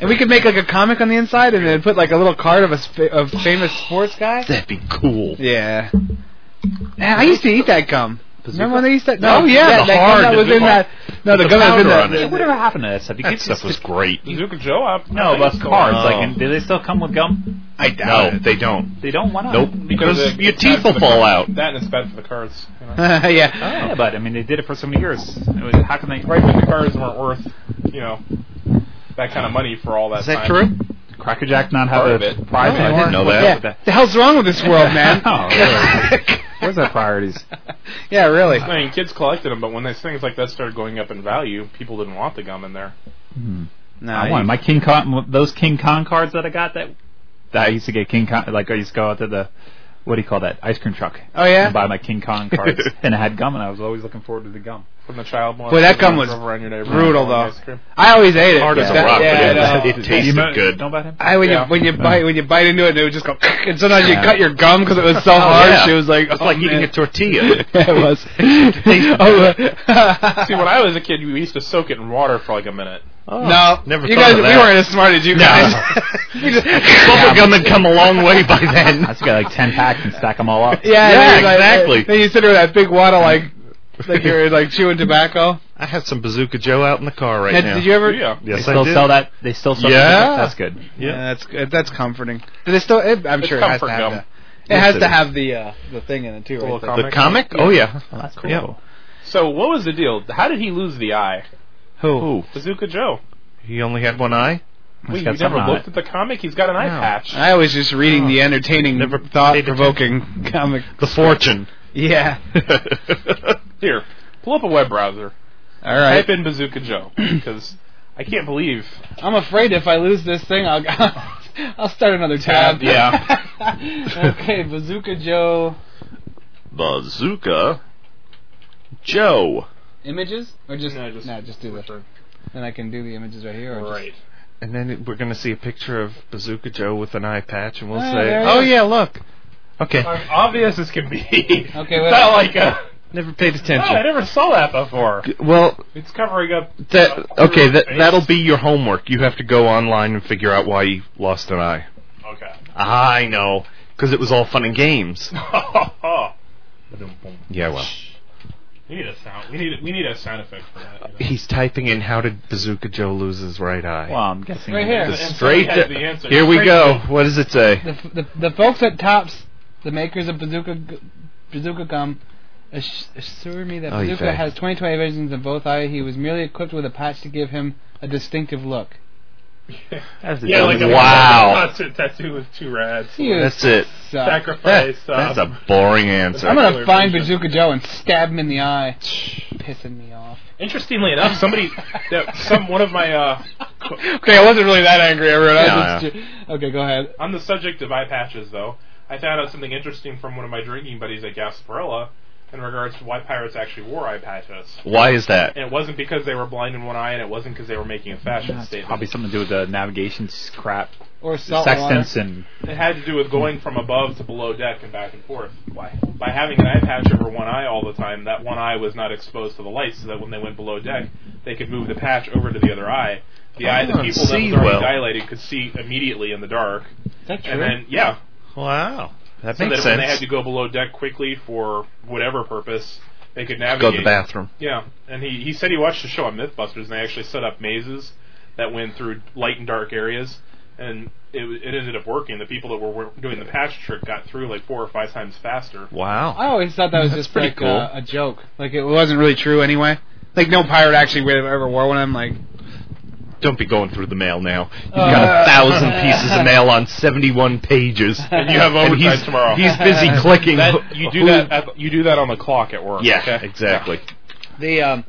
S11: And we could make like a comic on the inside and then put like a little card of a sp- of famous sports guy.
S10: That'd be cool.
S11: Yeah. Man, I used to eat that gum. Remember when they used to?
S10: No,
S11: No, Oh, yeah,
S10: the
S11: that
S10: hard-
S11: gum that was
S10: the
S11: in
S10: hard-
S11: that. No, the,
S10: with the
S11: gum that was in
S10: powder
S11: that.
S10: on it.
S8: Whatever happened to that stuff? You
S10: That
S8: can't
S10: stuff
S8: just-
S10: was great.
S9: Bazooka Joe? I,
S8: No, but cards.
S10: Oh.
S8: Like, do they still come with gum?
S11: I
S10: No, they don't.
S8: They don't. Why not?
S10: Nope, because
S8: it-
S10: your
S8: it's bad
S10: teeth
S8: for
S10: will
S8: the
S10: fall
S8: car-
S10: out.
S9: That and it's bad for the cards. You know?
S11: yeah.
S9: Oh,
S8: Yeah, but I mean, they did it for so many years. It was, how can they?
S9: Right when the cards weren't worth, you know, that kind of money for all that.
S8: Is that
S9: time.
S8: Cracker Jack not have
S9: Part
S8: a
S9: of it.
S8: prize
S9: No, I
S8: anymore?
S9: didn't know
S8: What's
S9: that.
S8: up with
S11: The hell's wrong with this world, man?
S8: Oh, really? Where's our priorities?
S11: yeah, really.
S9: I mean, kids collected them, but when those things like that started going up in value, people didn't want the gum in there.
S8: Hmm.
S11: No,
S8: I wanted my King Kong, those King Kong cards that I got. That, that I used to get King Kong. Like I used to go out to the, what do you call that, ice cream truck?
S11: Oh, yeah?
S8: And buy my King Kong cards, and I had gum, and I was always looking forward to the gum.
S9: From the child molester
S8: Boy, that gum
S9: that
S8: was
S9: drove around your neighborhood
S11: brutal
S9: selling
S11: though.
S9: ice cream.
S11: I always Oh, ate it.
S9: Hard as a
S11: That-
S9: rock, but
S11: yeah,
S9: it-
S11: I know.
S9: it tasted
S11: You
S9: good.
S8: Don't bite him.
S11: I when
S9: Yeah.
S11: you when you bite when you bite into it, and it would just go, and sometimes you
S8: Yeah.
S11: cut your gum because it was so
S8: Oh,
S11: hard.
S8: yeah.
S11: It was like
S8: It's
S11: oh,
S8: like
S11: man.
S8: eating a tortilla.
S11: yeah, it was. oh, uh,
S9: See, when I was a kid, we used to soak it in water for like a minute.
S8: Oh.
S11: no,
S9: Never
S11: You
S9: thought
S11: guys,
S9: of
S11: we
S9: that.
S11: weren't as smart as you guys.
S10: Bubblegum had come a long way by then.
S8: I just got like ten packs and stack them all up.
S11: Yeah, it was like- Then you sit there with that big wad of like, like you're like chewing tobacco.
S10: I have some Bazooka Joe out in the car right
S11: Now,
S10: now.
S11: Did you ever?
S10: Yes,
S8: they still
S10: I did.
S8: sell that. They still sell
S10: Yeah.
S8: that. That's good.
S11: Yeah, that's good. that's comforting. Do they still? It, I'm
S10: It's
S11: sure it has to
S10: comfort
S11: have
S10: gum.
S11: the, it
S10: Yes,
S11: has
S10: it
S11: to
S10: is.
S11: have the uh, the thing in it too.
S9: Little
S11: Right there.
S9: comic.
S10: The comic? Oh yeah.
S8: That's cool.
S10: Yeah.
S9: So what was the deal? How did he lose the eye?
S10: Who?
S9: Bazooka Joe.
S10: He only had one eye.
S9: Wait, you never looked at the comic? He's got an eye patch.
S11: I was just reading the entertaining, thought-provoking comic.
S10: The fortune.
S11: Yeah.
S9: Here, pull up a web browser.
S11: All right.
S9: Type in Bazooka Joe because I can't believe.
S11: I'm afraid if I lose this thing, I'll I'll start another tab.
S9: Tab, yeah.
S11: okay, Bazooka Joe
S10: Bazooka Joe.
S11: images or just no, just, do this. Then I can do the images right here. Or right.
S10: And then it- we're gonna see a picture of Bazooka Joe with an eye patch, and we'll
S11: Ah,
S10: say,
S11: there he
S10: "Oh
S11: is.
S10: yeah, look." Okay.
S9: I'm obvious as can be.
S11: Okay,
S9: it's
S11: wait.
S9: not like a.
S10: Never paid
S9: No, I
S10: attention.
S9: never saw that before.
S10: G- Well,
S9: It's covering up.
S10: that okay. That that'll be your homework. You have to go online and figure out why you lost an eye. Ah,
S9: Okay.
S10: I know, because it was all fun and games. Yeah, well,
S9: we need a sound. We need. We need a sound effect for that. you know?
S10: he's typing in how did Bazooka Joe lose his right eye?
S8: Well, I'm guessing.
S11: Right here.
S10: The
S11: And
S10: straight.
S9: somebody has the answer.
S10: here we
S9: Straight
S10: go. What does it say?
S11: The, the the folks at Tops, the makers of Bazooka G- Bazooka Gum, ass- assured me that
S10: Oy
S11: Bazooka
S10: vey.
S11: has 20/20 visions in both eye. He was merely equipped with a patch to give him a distinctive look.
S8: That's a
S9: Yeah, like a
S10: Wow.
S9: concert tattoo with two rads.
S11: You
S10: That's it.
S11: suck.
S9: Sacrifice.
S10: That's
S9: uh, um,
S10: a boring answer.
S11: I'm gonna
S9: Regular
S11: find
S9: version.
S11: Bazooka Joe and stab him in the eye. Pissing me off.
S9: Interestingly enough, somebody, that, some one of my, uh,
S11: Okay, I wasn't really that angry, everyone.
S10: I Oh, Yeah, just-
S11: Okay, go ahead.
S9: on the subject of eye patches, though, I found out something interesting from one of my drinking buddies at Gasparilla in regards to why pirates actually wore eye patches.
S10: Why is that?
S9: And it wasn't because they were blind in one eye, and it wasn't because they were making a fashion statement.
S8: Probably something to do with the navigation s- crap.
S11: Or
S8: The
S11: salt
S8: sextants and
S9: It had to do with going from above to below deck and back and forth. Why? By having an eye patch over one eye all the time, that one eye was not exposed to the light, so that when they went below deck, they could move the patch over to the other eye. The eye
S10: Ah,
S9: that people that
S10: see
S9: was already
S10: well.
S9: dilated could see immediately in the dark.
S11: That's
S9: And then, yeah,
S10: Wow, that
S9: so that
S10: makes
S9: when they
S10: sense.
S9: had to go below deck quickly for whatever purpose, they could navigate.
S10: Go to the bathroom.
S9: Yeah, and he, he said he watched a show on MythBusters, and they actually set up mazes that went through light and dark areas, and it, w- it ended up working. The people that were wor- doing the patch trick got through like four or five times faster.
S10: Wow.
S11: I always thought that was
S10: That's
S11: just
S10: pretty
S11: like
S10: cool.
S11: uh, a Uh, joke. Like it wasn't really true anyway. Like no pirate actually would have ever wore one. I'm like,
S10: don't be going through the mail now. You've
S9: Uh.
S10: got a thousand pieces of mail on seventy-one pages,
S9: And you have
S10: And
S9: overtime
S10: he's-
S9: tomorrow.
S10: He's busy clicking.
S9: That, you do
S10: who-
S9: that. At, you do that on the clock at work.
S10: Yeah,
S9: okay?
S10: exactly.
S11: The um,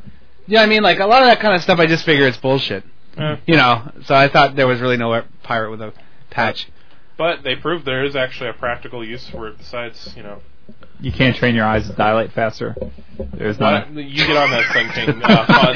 S11: yeah, I mean, like a lot of that kind of stuff, I just figure it's bullshit.
S9: Yeah.
S11: You know, so I thought there was really no pirate with a patch.
S9: But they proved there is actually a practical use for it besides, you know.
S8: You can't train your eyes to dilate faster. There's not.
S9: Why don't you get on that thinking. Uh, Fon.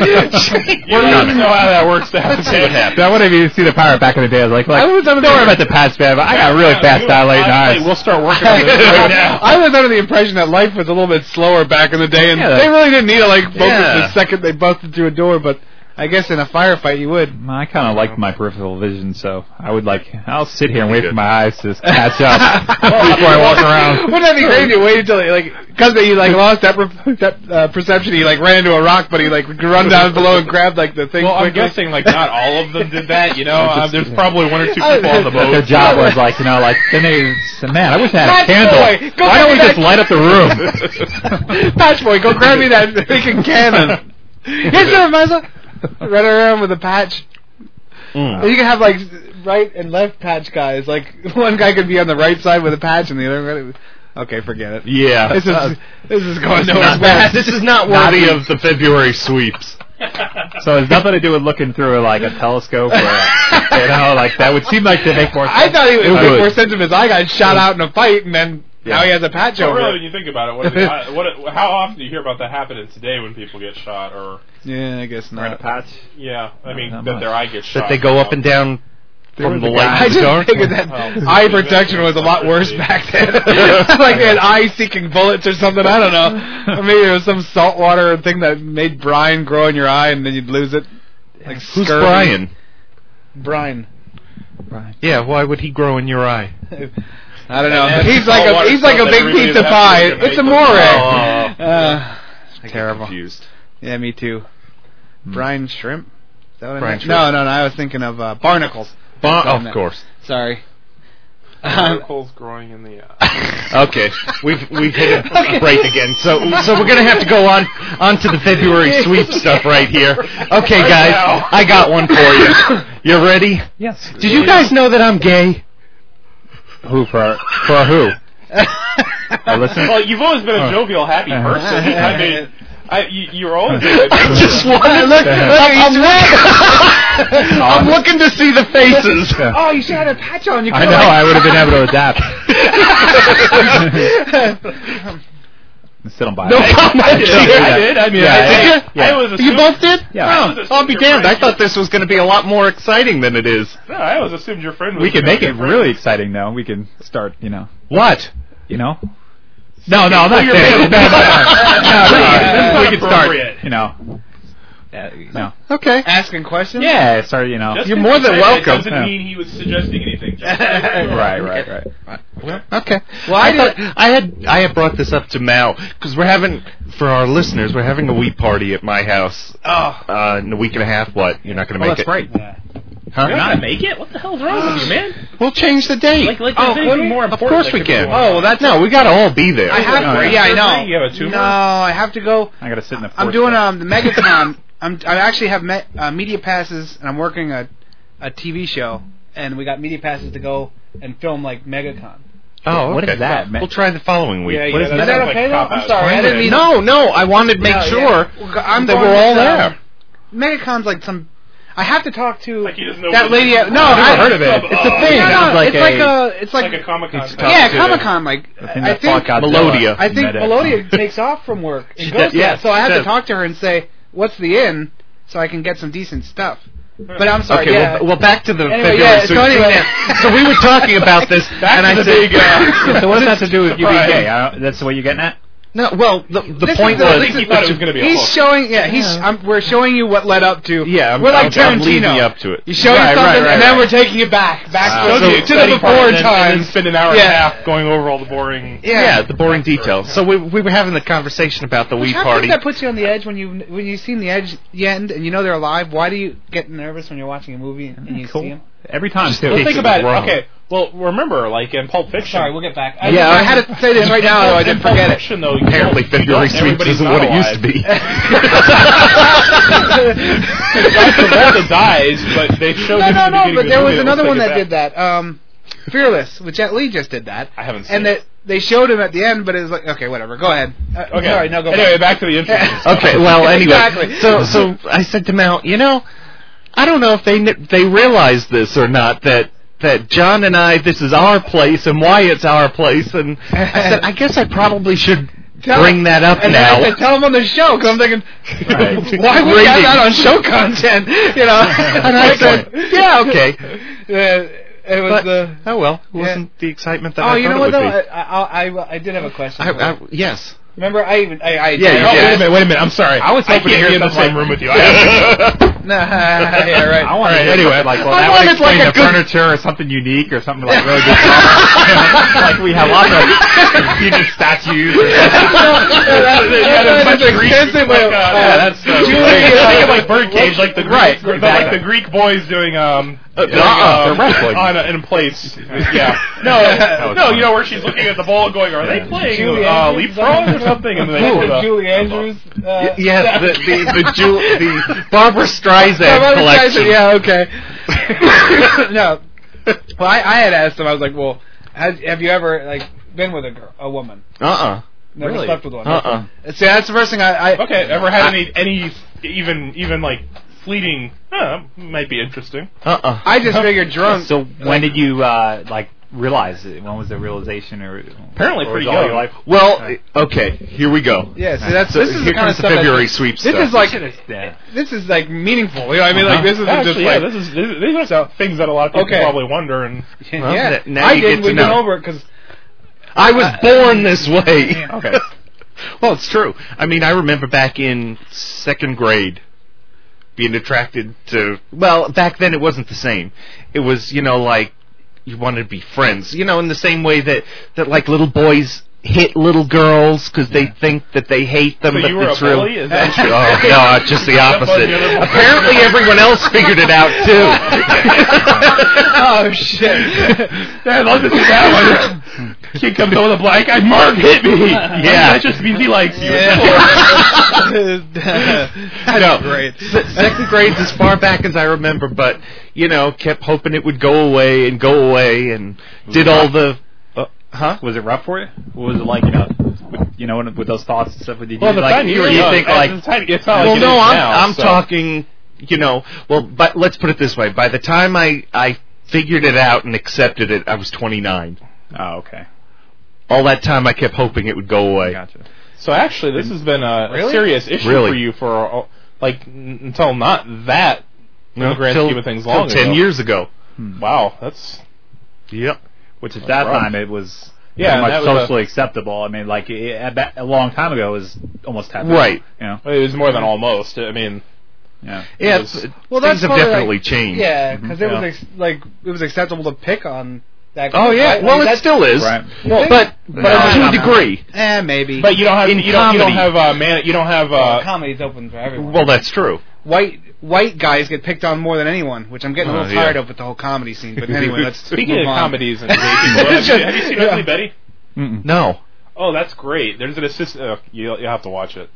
S9: you don't know how that works out.
S8: That's That would have you see the pirate back in the day. I was like, like
S11: I was
S8: don't worry about the past, man. But I got really fast dilating eyes.
S9: We'll start working
S8: on this right now.
S11: I was under the impression that life was a little bit slower back in the day, and
S8: Yeah, like-
S11: they really didn't need to like focus
S8: Yeah.
S11: the second they busted through a door. But I guess in a firefight, you would.
S8: I kind of like my peripheral vision, so I would like. I'll sit here and wait for my eyes to catch up before I walk around.
S11: Wouldn't that be crazy? to Wait until you like, because you like lost that, per- that uh, perception. He like ran into a rock, but he like run down below and grabbed like the thing.
S9: Well, I'm
S11: quickly.
S9: guessing like not all of them did that. You know, uh, there's probably one or two
S11: I-
S9: people on the
S8: But
S9: boat.
S8: their job was like, you know, like then they said, man, I wish I had a
S11: Patch boy,
S8: candle.
S11: go
S8: Why don't we
S11: get
S8: just
S11: that-
S8: light up the room?
S11: Patch boy, go grab me that freaking cannon. yes, sir, Mazza. Run around with a patch.
S10: Mm.
S11: You can have like right and left patch guys. Like one guy could be on the right side with a patch, and the other. Okay, forget it.
S10: Yeah.
S11: this is
S10: Uh,
S11: this is going
S10: It's
S11: nowhere.
S10: not-
S11: fast.
S10: this is not
S8: Not
S10: worthy
S8: even-
S10: of the February sweeps.
S8: So it's nothing to do with looking through like a telescope, or you know, like that would seem like to make more. sense.
S11: I thought he was
S8: It
S11: like,
S8: would.
S11: more sensitive as I got shot out in a fight, and then now he has a patch
S9: Well,
S11: over.
S9: Oh, really,
S11: it.
S9: when you think about it, what, is it, what, how often do you hear about that happening today when people get shot or
S11: Yeah, I guess not.
S8: patch.
S9: yeah, I mean
S11: Not
S9: that
S11: much.
S9: their eye gets shot.
S10: That they go up and down
S11: were
S10: from the
S11: the
S10: light
S11: guys.
S10: to the
S11: I
S10: dark.
S11: just figured that
S9: Oh.
S11: eye protection was a lot worse back then. like they had eye-seeking bullets or something. I don't know. Or maybe it was some saltwater thing that made brine grow in your eye and then you'd lose it. Like
S10: Who's
S11: scurvy.
S10: Brian?
S11: Brine.
S10: Yeah, why would he grow in your eye?
S11: I don't know.
S10: And that's
S11: He's like a
S10: saltwater
S11: he's like a
S10: stuff
S11: big
S10: everybody
S11: pizza
S10: would have to
S11: pie.
S10: eat to make
S11: It's a
S10: them.
S11: moray.
S10: Oh.
S11: Uh,
S10: Terrible. Confused.
S11: yeah, me too. Brine shrimp. Is that what I
S10: Brine
S11: meant?
S10: shrimp.
S11: No, no, no. I was thinking of uh, barnacles.
S10: Bar-
S11: That's what I
S10: of
S11: meant.
S10: course.
S11: Sorry. Um,
S9: Particles growing in the uh, eye.
S10: Okay, we've we've hit a break again, so so we're gonna have to go on on to the February sweep stuff right here. Okay, guys, I got one for you. You ready?
S8: Yes.
S10: Did you guys know that I'm gay?
S8: Who for for who? Our listeners?
S9: well, you've always been a
S8: Oh.
S9: jovial, happy
S8: Uh-huh.
S9: person. I mean, I, you, you're always.
S10: Just
S11: Uh,
S10: wanted look. look I'm, looking, I'm looking to see the faces.
S11: Oh, you should have had a patch on. You
S8: I
S11: could've,
S8: know.
S11: like-
S8: I would have been able to adapt. Sit on by.
S10: No
S8: it.
S10: comment. I did. I did. I mean,
S8: Yeah,
S10: I,
S8: yeah,
S10: did. you?
S8: yeah.
S10: You both did?
S8: Yeah.
S10: Oh, I'll be damned. I thought this was going to be a lot more exciting than it is.
S9: No, I always assumed your friend was.
S8: We can
S9: gonna
S8: make
S9: be
S8: it
S9: friends.
S8: really exciting, though. We can start, you know,
S10: What?
S8: you know. No, no, I'm not
S10: your
S8: kidding.
S10: pants.
S8: No, no, no, no, no.
S9: That's
S8: We can
S9: appropriate.
S8: start, you know. Uh, No.
S10: Okay.
S11: asking questions.
S8: Yeah, start, you know.
S9: Just
S10: You're
S9: because
S10: more
S9: he
S10: than
S9: said that
S10: welcome.
S9: Doesn't
S8: Yeah.
S9: mean he was suggesting anything. Just-
S8: Right, right, right.
S10: Okay. Well, I, thought, I had I had brought this up to Mal because we're having for our listeners we're having a wheat party at my house uh, in a week and a half. What? You're not going to
S8: Oh,
S10: make
S8: that's
S10: it?
S8: right.
S10: Huh?
S14: You're not gonna make it? What the hell's wrong
S9: Oh,
S14: with you, man?
S10: We'll change the date.
S14: Like, like there's
S10: oh,
S14: anything more
S10: of
S14: important.
S10: course
S14: that
S10: we
S14: could be
S10: can. Oh,
S14: going on.
S10: that's no. We got to all be there.
S11: I have.
S8: Oh,
S11: yeah, I know.
S9: You have a tumor?
S11: No, I have to go.
S8: I gotta sit in the.
S11: I'm
S8: fourth
S11: doing
S8: row.
S11: um the Megaton. I'm I actually have me, uh, media passes, and I'm working a a TV show, and we got media passes to go and film like MegaCon.
S10: Oh,
S8: What is
S10: okay.
S8: that, man?
S10: We'll try the following week.
S9: Yeah,
S10: What
S9: yeah,
S10: is
S9: that
S11: Is
S10: that?
S9: sounds
S11: that
S9: like
S11: okay though?
S9: cop-out.
S11: I'm sorry, I didn't mean.
S10: No, no. I wanted to make
S11: Yeah, yeah.
S10: sure
S11: Well, g- I'm
S10: that
S11: going
S10: we're all
S11: with, uh,
S10: there.
S11: MegaCon's like some. I have to talk to
S9: Like he doesn't know
S11: that
S9: what
S11: lady.
S9: it
S11: At,
S9: is.
S11: no,
S10: I've never
S11: I,
S10: heard of it.
S9: Oh,
S10: It's a thing.
S11: No, no,
S8: It's like
S11: it's like
S8: a-
S11: a. It's like,
S9: Like a Comic Con. thing.
S11: yeah,
S10: to the-
S11: Comic Con. Like
S8: The thing
S11: I
S8: that
S11: think
S8: fought Godzilla.
S10: Melodia.
S11: I think
S8: Met it.
S11: Melodia takes off from work and
S10: She
S11: goes
S10: does,
S11: to
S10: yeah,
S11: that, so I
S10: she
S11: have to
S10: does.
S11: talk to her and say, "What's the in?" So I can get some decent stuff. But I'm sorry.
S10: Okay,
S11: yeah.
S10: well, well, back to the
S11: Anyway,
S10: February
S11: yeah, so
S10: Sweep.
S11: anyway.
S10: So we were talking about this,
S8: Back
S10: and
S8: to
S10: I
S8: the
S10: said,
S8: big, uh, so what's that to do with you being
S10: Surprise.
S8: gay? I don't- Uh, that's the way you're getting at.
S10: No, well, the, the
S11: This
S10: point
S11: is-
S10: was,
S11: this is-
S9: He thought it was going to be a
S11: he's
S9: hook.
S11: showing. Yeah, he's. I'm, we're showing you what led up to.
S10: yeah, I'm,
S11: we're like
S10: I'm, I'm
S11: Tarantino.
S10: leading you up to it.
S11: You show
S10: Right,
S11: you something,
S10: right, right,
S11: and then
S10: right.
S11: we're taking you back, back
S10: Wow. So
S11: to, the- to the
S10: exciting part,
S11: before
S9: and then, And then
S11: times.
S9: spend an hour and a
S11: Yeah.
S9: half going over all the boring.
S10: yeah. the boring details. So we we were having the conversation about the
S11: Which
S10: weed
S11: I
S10: party.
S11: think that puts you on the edge when you when you've seen the edge end and you know they're alive. Why do you get nervous when you're watching a movie and, and you see them?
S8: Every time, too.
S9: Well, think about it. Okay. Well, remember, like in Pulp Fiction. Sorry, we'll get back.
S8: Yeah, I had
S2: to say this right now, though I didn't forget it.
S9: Fiction, though, you
S10: Apparently,
S9: don't-
S10: February
S9: don't-
S10: Sweeps
S9: everybody's
S10: isn't
S9: not
S10: what it used to
S9: alive.
S10: be.
S9: Guy Travolta dies, but they showed
S11: no,
S9: him
S11: no,
S9: in the
S11: no.
S9: beginning of
S11: But
S9: the
S11: there
S9: movie,
S11: was
S9: it
S11: another
S9: like
S11: one
S9: a
S11: that
S9: bat.
S11: did that. Um, Fearless with Jet Li just did that. I
S9: haven't
S11: And that they showed him at the end, but it was like, okay, whatever. Go ahead. Uh,
S9: Okay.
S11: Sorry, now go
S9: Anyway, back to the interesting stuff.
S10: Okay, well, anyway.
S11: Exactly.
S10: So, so I said to Mal, you know, I don't know if they kn- they realize this or not that that John and I, this is our place and why it's our place. And I said, I guess I probably should
S11: Tell-
S10: bring that up
S11: and then
S10: now.
S11: I said, tell him on the show because I'm thinking,
S10: Right.
S11: why would we have
S10: Ratings.
S11: that on show content? You know.
S10: and I said, yeah, okay.
S11: Uh, it was.
S10: But-
S11: uh,
S10: Oh well,
S11: Yeah.
S10: wasn't the excitement that
S11: oh,
S10: I thought
S11: you know what
S10: it
S11: though?
S10: would
S11: I, I, I, I did have a question.
S10: be?
S11: for you.
S10: I, I, yes.
S11: Remember, I even I, I
S10: Yeah,
S11: I,
S10: you did.
S11: oh, wait a minute,
S9: Wait a minute, I'm sorry.
S11: I was
S9: I
S11: hoping to
S9: can't
S11: hear
S9: be in the
S11: something
S9: same
S11: like-
S9: room with you.
S11: Nah, yeah, right.
S8: I want
S9: All
S8: to
S9: right,
S8: hear
S9: anyway.
S8: something like well,
S9: I
S8: that
S9: wanted, like,
S8: would explain
S9: a
S8: the
S9: good-
S8: furniture or something unique or something like really good. like we have lots of human statues. Or
S9: That's expensive. Like, uh, yeah, that's uh,
S8: Julie,
S9: think of-
S8: uh,
S9: think of like Birdcage, like the Greek,
S8: Right,
S9: the, like
S8: exactly.
S9: the Greek boys doing um, doing,
S8: uh,
S9: um,
S8: they're wrestling.
S9: on a, in a place. Yeah,
S8: That
S9: no,
S8: was
S9: Oh, no,
S8: fun.
S9: you know where she's looking at the ball, going, "Are they playing
S11: Julie
S9: uh,
S11: Andrews?
S9: leapfrog or something?" And then they pull it up.
S11: Julie Andrews. Uh,
S10: Y- yes, the the the, Ju- the Barbara Streisand
S11: Barbara
S10: collection.
S11: Streisand, Yeah, okay. no, well, I, I had asked him. I was like, well, has, have you ever like been with a girl, a woman?
S10: Uh-uh.
S11: Never
S9: Really?
S11: slept with one.
S10: Uh-uh.
S11: See, that's the first thing I. I
S9: Okay, ever had
S11: I-
S9: any any even even like fleeting? Huh, might be interesting.
S10: Uh-uh.
S11: I just figured drunk.
S8: So when did you uh, like realize it? When was the realization? Or
S9: Apparently
S8: or was
S9: pretty
S8: all
S9: young.
S8: your life-
S10: Well, okay, here we go.
S11: Yeah, see, that's
S10: So
S11: this is the
S10: here
S11: kind of
S10: comes the
S11: stuff that-
S10: February sweep
S11: This
S10: stuff.
S11: is like
S8: Yeah.
S11: this is like meaningful. You know, what I mean, like this
S10: Uh-huh.
S11: isn't
S9: Actually,
S11: just
S9: yeah,
S11: like
S9: this is these these are things that a lot of people
S11: Okay.
S9: probably wonder and
S10: Well,
S11: yeah.
S10: n- now
S11: I
S10: you
S11: did.
S10: get
S11: we
S10: to
S11: went
S10: know.
S11: over it because
S10: I was born this way.
S8: Okay.
S10: well, it's true. I mean, I remember back in second grade being attracted to. Well, back then it wasn't the same. It was, you know, like you wanted to be friends. You know, in the same way that that like little boys hit little girls because they think that they hate them.
S9: So
S10: but
S9: you were
S10: it's
S9: a bully?
S10: Real.
S9: Is that-
S10: oh no, it's just the opposite.
S9: the other boys.
S10: Apparently, everyone else figured it out too.
S11: oh shit.
S9: Dad, I'll just do that one. Kid comes over the black guy, Mark hit me.
S10: Yeah.
S9: that just means he likes you.
S11: That's
S10: No.
S11: great.
S10: S- second grade's as far back as I remember, but you know, kept hoping it would go away and go away, and did all the uh, huh?
S8: Was it rough for you? What was it like? You know, with, you know, with those thoughts and stuff. Did you
S9: Well, at the
S8: like,
S9: time you were
S8: did you
S9: young.
S8: think
S9: At
S8: like
S9: the time, it's not
S10: well,
S9: like it
S10: no,
S9: is
S10: I'm
S9: now,
S10: I'm
S9: so.
S10: talking, you know, well, but let's put it this way: by the time I I figured it out and accepted it, I was 29.
S8: Oh, okay.
S10: All that time, I kept hoping it would go away.
S8: Gotcha.
S9: So actually, this has been a, a
S11: Really?
S9: serious issue
S10: Really?
S9: for you for uh, like n- until not that. in the grand
S10: till,
S9: scheme of things,
S10: till
S9: long
S10: ten
S9: ago. Hmm.
S10: years ago.
S9: Wow, that's
S10: Yep.
S8: Which at that
S9: rough.
S8: time it was
S9: Yeah,
S8: pretty
S9: and that
S8: much
S9: was a-
S8: socially acceptable. I mean, like it, at ba- a long time ago, it was almost taboo.
S10: Right.
S8: You know.
S9: it was more than almost. I mean,
S8: Yeah.
S10: Yeah,
S9: was-
S10: it's-
S11: Well,
S10: things
S11: that's
S10: have
S11: part of,
S10: definitely
S11: like,
S10: changed.
S11: Yeah, because uh, it was
S8: Mm-hmm. Yeah.
S11: ex- like it was acceptable to pick on that.
S10: Oh yeah,
S11: I- I
S10: well
S11: mean,
S10: it
S11: that's-
S10: still is,
S8: Right.
S11: Well,
S10: but,
S11: no,
S10: but
S11: no,
S10: to
S11: no.
S10: a degree.
S11: Eh, maybe.
S9: but you don't have
S10: In
S9: you don't, you don't have
S10: comedy.
S9: uh, man you don't have uh,
S11: Well, comedy's open for everyone.
S10: Well, that's true.
S11: white white guys get picked on more than anyone, which I'm getting a
S10: Oh,
S11: little tired
S10: yeah.
S11: of with the whole comedy scene. But anyway, let's
S9: speaking
S11: move
S9: of
S11: on.
S9: comedies and gay people, have, you, have you seen
S11: Yeah.
S9: Ugly Betty?
S8: Mm-mm.
S10: No.
S9: Oh, that's great. There's an assist. Uh, you'll, you'll have to watch it.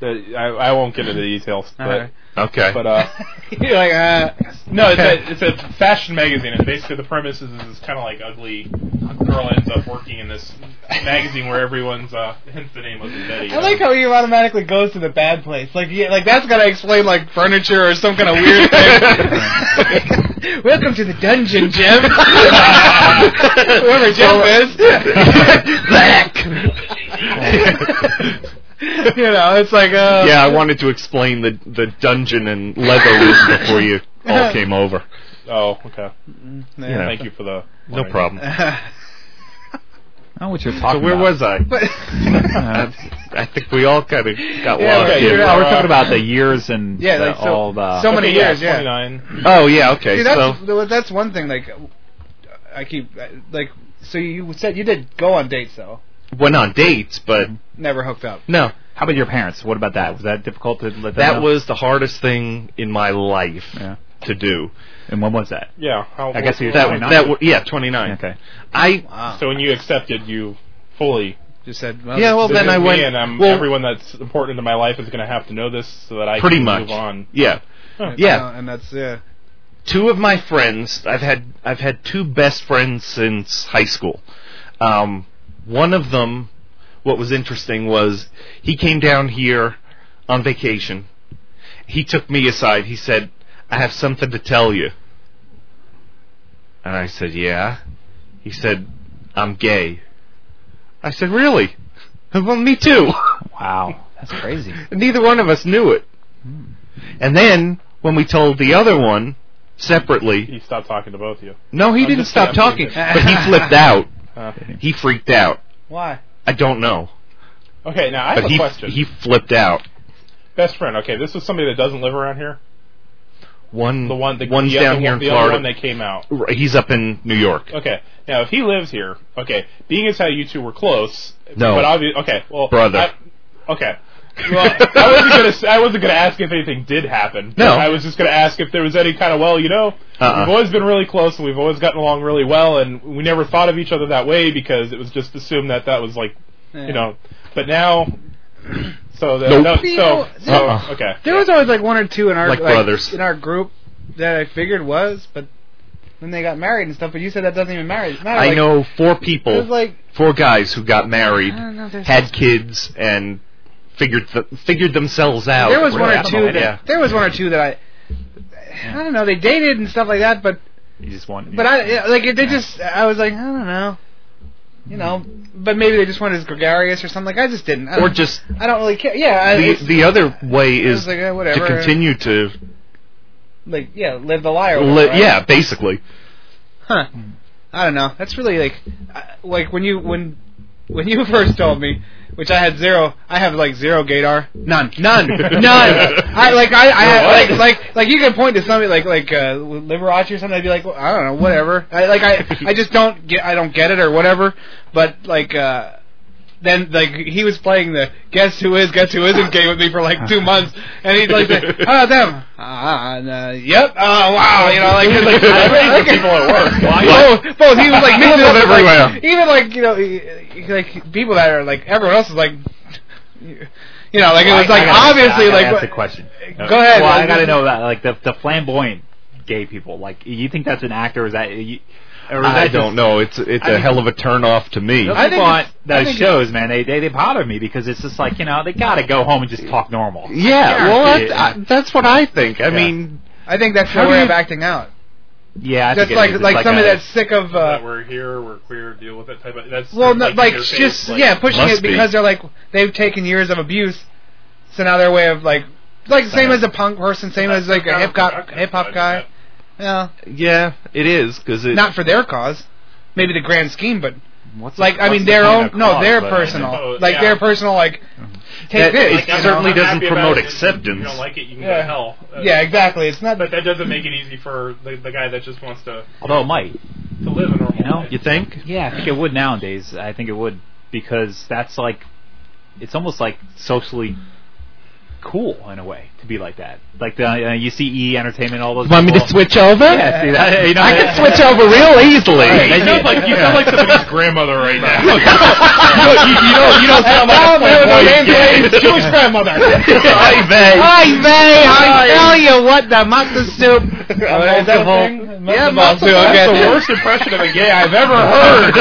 S9: The- I, I won't get into the details, but
S11: Alright.
S10: Okay.
S9: but uh,
S11: You're like, uh,
S9: no, it's a, it's a fashion magazine, and basically the premise is this kind of like ugly girl ends up working in this magazine where everyone's uh, hence the name of Betty.
S11: I like how he automatically goes to the bad place. Like, yeah, like that's gotta explain like furniture or some kind of weird thing. Welcome to the dungeon, Jim. Whoever Jim is,
S10: Black.
S11: you know, it's like, uh,
S10: yeah, I wanted to explain the the dungeon and leather loop before you all came over.
S9: oh, okay.
S11: yeah.
S10: you know.
S9: Thank you for the
S10: No problem.
S11: uh,
S8: I know what you're
S10: So
S8: talking
S10: where
S8: about.
S10: was I?
S11: But
S8: Uh,
S10: I think we all kind of got
S11: Yeah,
S10: lost.
S9: okay,
S10: in-
S9: you're
S8: oh,
S9: out.
S8: we're talking about the years and
S11: Yeah,
S8: the,
S11: like, so-
S8: all the.
S11: so many
S9: Okay,
S11: years,
S9: yeah,
S11: yeah.
S9: 29.
S10: Oh yeah, okay.
S11: See,
S10: so
S11: that's that's one thing. Like, I keep like. So you said you did go on dates though.
S10: went on dates, but
S11: Never hooked up.
S10: no,
S8: How about your parents? What about that? Was that difficult to let them
S10: that
S8: know?
S10: was the hardest thing in my life.
S8: Yeah.
S10: to do.
S8: And when was that?
S9: Yeah, how
S8: I guess
S9: old-
S8: you're
S10: that,
S8: 29.
S10: That, w- yeah, 29.
S8: Okay.
S10: I
S9: so when you accepted, you fully
S11: just said,
S10: Yeah, well,
S9: this
S10: then
S9: is
S10: I
S9: me
S10: went-
S9: and um,
S10: well-
S9: everyone that's important to my life is going to have to know this so that I
S10: Pretty
S9: can
S10: much.
S9: move on.
S10: Yeah.
S9: Huh.
S10: Yeah.
S11: and that's yeah.
S10: two of my friends I've had I've had two best friends since high school. Um, one of them, what was interesting was he came down here on vacation. He took me aside. He said, "I have something to tell you." And I said, "Yeah." He said, "I'm gay." I said, "Really?" Well, me too.
S8: Wow, that's crazy. Hmm.
S10: Neither one of us knew it. And then when we told the other one separately,
S9: He stopped talking to both of you.
S10: no, he
S9: I'm
S10: didn't
S9: just Uh,
S10: stop
S9: kidding.
S10: talking, but he flipped out.
S9: Huh.
S10: He freaked out.
S9: Why?
S10: I don't know,
S9: Okay, now I have
S10: but
S9: a
S10: he
S9: question.
S10: he flipped out.
S9: Best friend. Okay, this is somebody that doesn't live around here.
S10: One
S9: The one, the,
S10: one's
S9: the,
S10: down
S9: the,
S10: here
S9: one,
S10: in
S9: the other one
S10: Florida.
S9: that came out.
S10: R- He's up in New York.
S9: Okay, now if he lives here, okay, being as how you two were close,
S10: No.
S9: but obviously, okay, well,
S10: Brother.
S9: I- okay. Well, I wasn't gonna. s- I wasn't gonna ask if anything did happen.
S10: No.
S9: I was just gonna ask if there was any kind of well, you know,
S10: Uh-uh.
S9: we've always been really close and we've always gotten along really well, and we never thought of each other that way because it was just assumed that that was like,
S11: Yeah.
S9: you know, but now. So the,
S10: Nope.
S9: no, so,
S11: You know,
S9: so
S10: uh-uh.
S9: okay.
S11: There was always like one or two in our
S10: Like brothers.
S11: in our group that I figured was, but then they got married and stuff. But you said that doesn't even marriage matter.
S10: I
S11: like,
S10: know four
S11: It was
S10: people,
S11: like Ah.
S10: four guys who got married,
S11: I don't know. There's
S10: had kids, and figured th- figured themselves out.
S11: there was one or
S10: Yeah.
S11: two that
S10: Yeah.
S11: there was one or two that I I don't know. They dated and stuff like that, but
S8: You just want.
S11: but I yeah, like they just I was like I don't know. You know, but maybe they just wanted as gregarious or something. Like I just didn't. I
S10: Or
S11: don't-
S10: just
S11: I don't really care. Yeah, I,
S10: the
S11: it's-
S10: the other way
S11: I
S10: is
S11: was like, eh,
S10: to
S11: whatever.
S10: continue to
S11: Like yeah, live the liar.
S10: li- yeah, basically.
S11: Huh. I don't know. That's really like, uh, like when you when when you first told me, which I had zero. I have like zero gaydar. None. None. None. I like I, I have, like like like you could point to somebody like like uh, Liberace or something. I'd be like, well, I don't know, whatever. I, like I I just don't get I don't get it or whatever. But like. uh then like he was playing the guess who is guess who isn't game with me for like two months, and he'd like say, oh them ah and, uh, yep oh wow you know like, it's like
S9: I
S11: I
S9: raised the people at work. Why?
S11: both, both he was like mixing
S10: People
S11: up with,
S10: everywhere.
S11: like, even like you know he- he- like people that are like everyone else is like you know like it
S8: I- I
S11: was like
S8: gotta-
S11: obviously
S8: I gotta
S11: like
S8: ask
S11: what-
S8: a question.
S11: Go ahead.
S8: Well, I gotta know that like the the flamboyant gay people. Like, you think that's an actor? Or is that? You, or is
S10: I
S8: that
S10: don't
S8: just-
S10: know. It's it's
S8: I
S10: a
S8: mean-
S10: hell of a turn off to me.
S8: Those people
S11: I think
S8: on
S11: it's- I
S8: those
S11: think
S8: shows, man, they, they they bother me because it's just like you know they gotta go home and just talk normal.
S10: Yeah, well,
S8: Yeah.
S10: I, I, that's what I think. I
S8: Yeah.
S10: mean,
S11: I think that's
S10: How
S11: their
S10: do
S11: way
S10: you-
S11: of acting out
S8: Yeah, I
S11: just
S8: think it
S11: like
S8: is. It's
S11: like, somebody
S8: a-
S11: that's sick of uh,
S9: that we're here, we're queer, deal with it type of. That's
S11: well no,
S9: like,
S11: like
S9: in your face,
S11: just
S9: like-
S11: yeah pushing
S10: Must
S11: it
S10: be.
S11: because they're like they've taken years of abuse, so now their way of like like same
S8: Same.
S11: as a punk person, same as like a hip hop hip hop guy. Yeah,
S10: yeah, it is because it.
S11: not for their cause. Maybe the grand scheme, but
S8: what's the-
S11: like I
S8: what's
S11: mean
S8: the
S11: their
S8: point
S11: own
S8: of
S11: no
S8: cause,
S11: their
S8: but-
S11: personal
S9: suppose,
S11: like
S9: yeah.
S11: their personal like take
S10: That-
S11: this
S10: it
S11: you know?
S10: certainly
S9: I'm not
S10: doesn't
S9: happy about
S10: promote
S9: it, it's-
S10: acceptance.
S9: You don't like it, you can go
S11: Yeah.
S9: to hell. Uh,
S11: yeah exactly it's not
S9: but that doesn't make it easy for the, the guy that just wants to
S8: Although it might,
S9: to live a normal
S8: You know,
S9: life.
S10: you think?
S8: yeah, I think it would nowadays. I think it would because that's like it's almost like socially cool in a way to be like that. Like the, uh, you see E Entertainment, all those. people.
S10: switch over?
S8: Yeah, see that? You know,
S10: I
S8: yeah.
S10: can switch over real easily.
S8: Right.
S9: You sound like you sound like somebody's grandmother right now. you, you don't you don't sound like
S10: Mom,
S9: a
S10: there was
S9: fuckboy.
S10: a man named
S9: Jewish grandmother.
S10: Hi, babe.
S11: Hey, May, I tell you what, the matzo soup.
S10: that a thing?
S11: Yeah, matzo soup.
S9: That's the worst impression of a gay I've ever heard.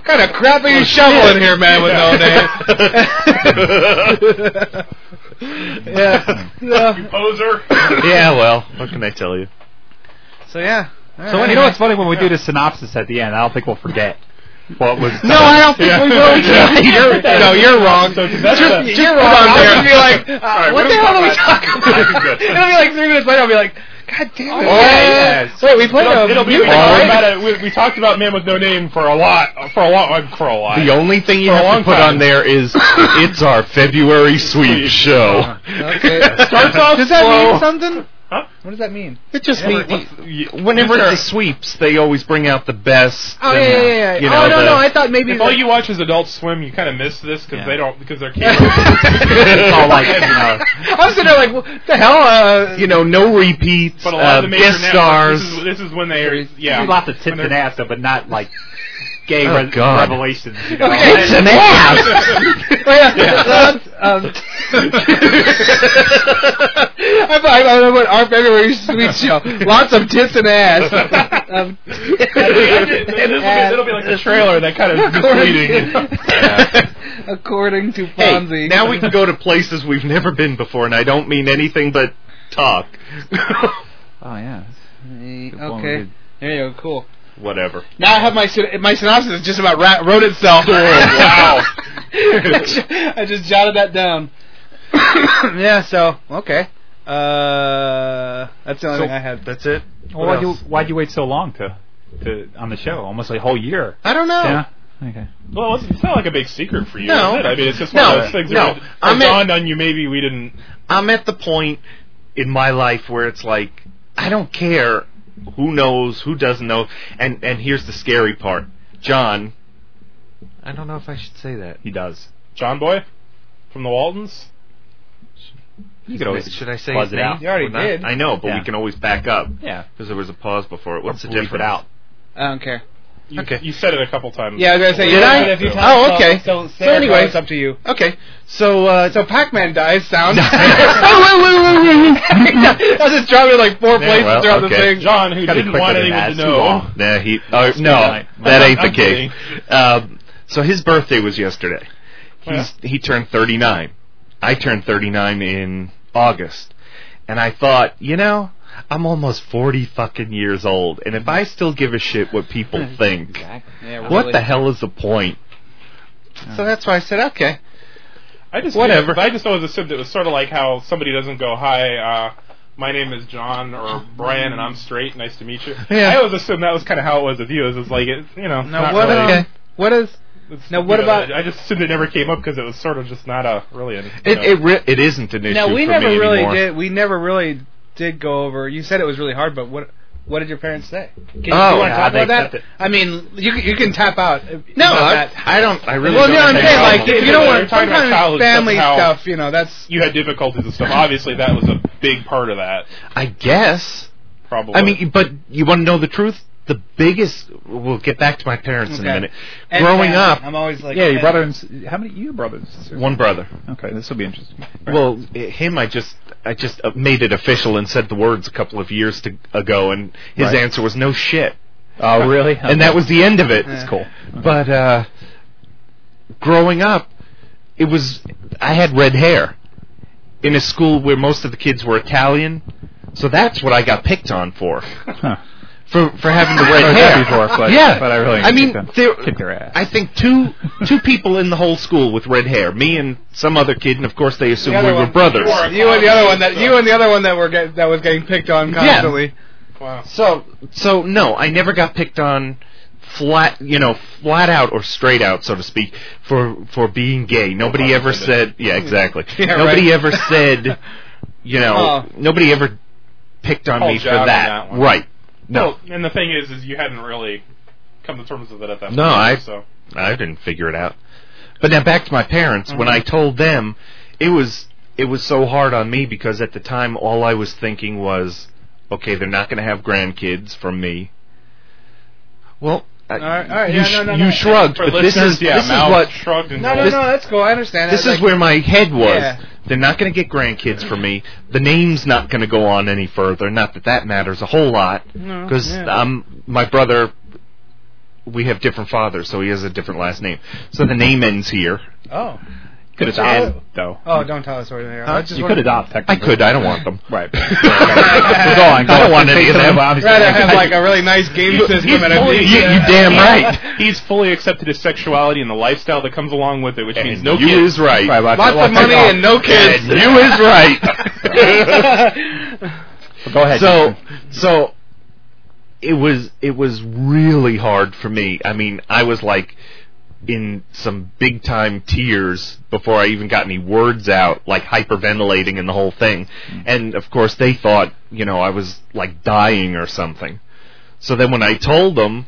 S11: What kind of crap are you shoveling here, man, with no name? yeah.
S9: you
S11: So,
S9: poser.
S10: yeah, well, what can I tell you?
S11: so yeah. All
S8: So
S11: right.
S8: you know what's funny when we do the synopsis at the end, I don't think we'll forget what was.
S11: No, I don't think we will.
S10: Yeah.
S11: You're, no, you're wrong.
S9: that's
S11: Just-
S9: a-
S11: you're wrong.
S9: there.
S11: I'll be like, uh,
S9: right,
S11: what
S9: what
S11: the
S9: are
S11: hell are
S9: we
S11: we
S9: talking
S11: talking
S9: about?
S11: about? It'll be like three minutes later. I'll be like, God damn it!
S9: Oh,
S11: yeah.
S9: yes.
S11: Wait, we played
S9: It'll,
S11: a
S9: it'll be
S11: music
S9: we talked
S11: already?
S9: about it. We, we talked about Man with No Name for a lot, for a lot, uh, for a lot.
S10: The only thing you
S9: For a
S10: have
S9: long
S10: to put
S9: time.
S10: on there is it's our February sweep show.
S11: Okay.
S9: Starts off
S11: Does that
S9: slow.
S11: mean something?
S9: Huh?
S11: What does that mean?
S10: It just
S11: Whatever-
S10: means whenever
S9: Mr.
S10: the sweeps, they always bring out the best.
S11: Oh,
S10: and,
S11: yeah, yeah, yeah, yeah.
S10: you know,
S11: Oh, no,
S10: the-
S11: no, I thought maybe
S9: If
S11: the-
S9: all you watch is Adult Swim, you kind of miss this because they don't because they're kids.
S10: It's all like, you know.
S11: I'm sitting there like, what the hell? Uh,
S10: you know, no repeats,
S9: But a lot
S10: uh,
S9: of the major
S10: guest
S9: networks-
S10: stars.
S9: This is, this is when they are yeah.
S8: There's lots of tits and ass, though, but not like gay
S10: Oh,
S8: re-
S10: God.
S8: revelations. You know?
S10: Okay, tits and
S11: ass! Oh, yeah. Um, um, I thought I thought about our February sweet show. Lots of tits and ass. Um,
S9: It'll be like the trailer that kind of misleading.
S11: According to
S10: Hey,
S11: Fonzie.
S10: now we can go to places we've never been before, and I don't mean anything but talk.
S8: Oh yeah.
S11: Okay. There you go. Cool.
S10: Whatever.
S11: Now I have my syn- my synopsis just about ra- wrote itself.
S10: wow.
S11: I just jotted that down. yeah. So okay. Uh, that's the only
S8: So-
S11: thing I had.
S10: That's it.
S8: Well, why'd you, why'd you wait so long to, to on the show? Almost a whole year.
S11: I don't know.
S8: Yeah. Okay.
S9: Well, it's, it's not like a big secret for you.
S10: No.
S9: is it? I mean it's just
S10: No,
S9: one of those things.
S10: no.
S9: that it- it
S10: I'm at-
S9: dawned on you maybe we didn't.
S10: I'm at the point in my life where it's like I don't care who knows, who doesn't know, and and here's the scary part, John. I don't know if I should say that.
S8: He does.
S9: John Boy from the Waltons.
S8: You could always
S10: should I say
S8: buzz
S10: his
S8: it
S10: name?
S8: out.
S11: You already
S10: Or not?
S11: did.
S10: I know, but
S8: Yeah.
S10: we can always back up
S8: Yeah.
S10: because there was a pause before it. What's the
S8: bleep it
S10: difference?
S8: out.
S11: I don't care.
S9: You, you said it a couple times.
S11: Yeah, I was gonna say.
S10: Did
S11: you
S10: I?
S11: said it a few
S10: No.
S11: times,
S10: Oh,
S11: so-
S10: okay.
S11: So,
S10: So
S11: so anyway,
S10: anyway-
S11: it's up to you.
S10: Okay, so uh,
S11: So Pac-Man dies. Sound.
S10: Oh, wait,
S11: I just dropped it like four
S10: Yeah,
S11: places
S10: well,
S11: throughout the
S10: okay.
S11: thing.
S9: John, who
S8: Gotta
S9: didn't
S8: click
S9: want
S8: it in
S9: anyone
S8: that.
S9: to
S8: It's too
S9: know.
S8: long.
S10: Nah, he. Oh
S8: It's
S10: no,
S8: midnight.
S10: that ain't the
S9: I'm
S10: case. Um, so his birthday was yesterday. He's he turned 39. I turned 39 in August, and I thought, you know, I'm almost 40 fucking years old, and if I still give a shit what people think,
S11: Yeah,
S10: what the hell is the point? So that's why I said, okay,
S9: I just
S10: Whatever.
S9: I just always assumed it was sort of like how somebody doesn't go, "Hi, uh, my name is John or Brian, and I'm straight. Nice to meet you."
S10: Yeah.
S9: I always assumed that was kind of how it was with you. It was like it, you know.
S11: Now
S9: not
S11: what?
S9: really-
S11: Um, what is?
S9: it's-
S11: now
S9: you
S11: what
S9: know,
S11: about-
S9: I just assumed it never came up because it was sort of just not a really. An, you
S10: it
S9: know.
S10: it, re- it isn't an issue.
S11: No, we
S10: for
S11: never
S10: me
S11: really
S10: anymore.
S11: did. We never really did go over. You said it was really hard, but what? What did your parents say? Can you,
S10: Oh,
S11: you want
S10: yeah,
S11: to talk
S10: they
S11: about that?
S10: accept it.
S11: I mean, you can- you can tap out. No,
S10: No, I, I don't. I really
S11: well,
S10: don't.
S11: no, I'm
S10: think
S11: saying
S10: I
S11: like
S10: will.
S11: if you don't
S9: We're
S11: want
S9: talking about
S11: sometimes
S9: childhood
S11: family
S9: stuff, how-
S11: stuff. You know, that's
S9: you had difficulties and stuff. Obviously, that was a big part of that.
S10: I guess.
S9: Probably.
S10: I mean, but you want to know the truth? The biggest. We'll get back to my parents in a
S11: Okay.
S10: minute.
S11: and
S10: Growing
S11: family.
S10: up,
S11: I'm always like,
S8: yeah, your
S11: and-
S8: brother and s- how many? Your brother and sister.
S10: one brother.
S8: Okay, this will be interesting.
S10: Well, him, I just, I just uh, made it official and said the words a couple of years to, ago, and his
S8: Right.
S10: answer was no shit,
S8: Oh, really?
S10: and that was the end of it.
S11: That's
S8: cool.
S10: But uh, growing up, it was I had red hair in a school where most of the kids were Italian, so that's what I got picked on for.
S8: Huh. Oh,
S10: for for having the red
S8: Heard that
S10: hair.
S8: before, but-
S10: yeah,
S8: but I really
S10: I
S8: kicked
S10: mean,
S8: them-
S10: there,
S8: kicked their ass.
S10: I think two two people in the whole school with red hair, me and some other kid, and of course they
S11: The
S10: assumed
S11: other
S10: we were
S11: one.
S10: brothers.
S11: You and the other one that you and the other one that were get, that was getting picked on constantly.
S9: wow.
S10: So so no, I never got picked on flat, you know, flat out or straight out, so to speak, for for being gay. Nobody
S9: pun
S10: ever
S9: intended.
S10: said, yeah, exactly.
S11: Yeah,
S10: nobody
S11: right.
S10: ever said, you know,
S11: Oh.
S10: nobody ever picked on
S9: Called
S10: me for
S9: you out on
S10: that.
S9: that one.
S10: right. No.
S9: Well, and the thing is, is you hadn't really come to terms with it at that point.
S10: No, I-
S9: So
S10: I didn't figure it out. But now back to my parents. When
S11: Mm-hmm.
S10: I told them, it was it was so hard on me because at the time all I was thinking was, okay, they're not going to have grandkids from me. Well, I-
S11: right, all right,
S10: you,
S11: yeah,
S10: sh-
S11: no, no,
S10: you
S11: no.
S10: shrugged,
S9: for
S10: but this
S9: listeners,
S10: is
S9: yeah,
S10: this is
S9: Mal
S10: what
S9: shrugged and
S11: No, no,
S10: This-
S11: no, that's cool. I understand.
S10: this
S11: I,
S10: is where my head was.
S11: Yeah.
S10: They're not going to get grandkids from me. The name's not going to go on any further. Not that that matters a whole lot,
S11: No,
S10: because
S11: yeah.
S10: um, my brother, we have different fathers, so he has a different last name. So the name ends here.
S11: Oh,
S8: could
S10: It's
S8: adopt
S10: all-
S8: though.
S11: oh, don't tell us where they are. I just
S8: you
S11: wanna-
S8: could adopt.
S10: I
S8: Technically.
S10: could. I don't want them.
S8: Right.
S10: I don't want any of them.
S8: Obviously,
S11: rather have like a really nice game system and a
S10: fully-
S11: big,
S10: you-
S11: uh,
S10: you damn right.
S9: He's fully accepted his sexuality and the lifestyle that comes along with it, which means
S10: And
S9: no
S10: you
S9: kids.
S10: is right.
S8: Right, lots
S11: Lots of money and no kids.
S10: And you is right.
S8: Go ahead.
S10: so, so it was it was really hard for me. I mean, I was like in some big time tears before I even got any words out, like hyperventilating and the whole thing.
S11: Mm.
S10: And of course, they thought, you know, I was like dying or something. So then when I told them,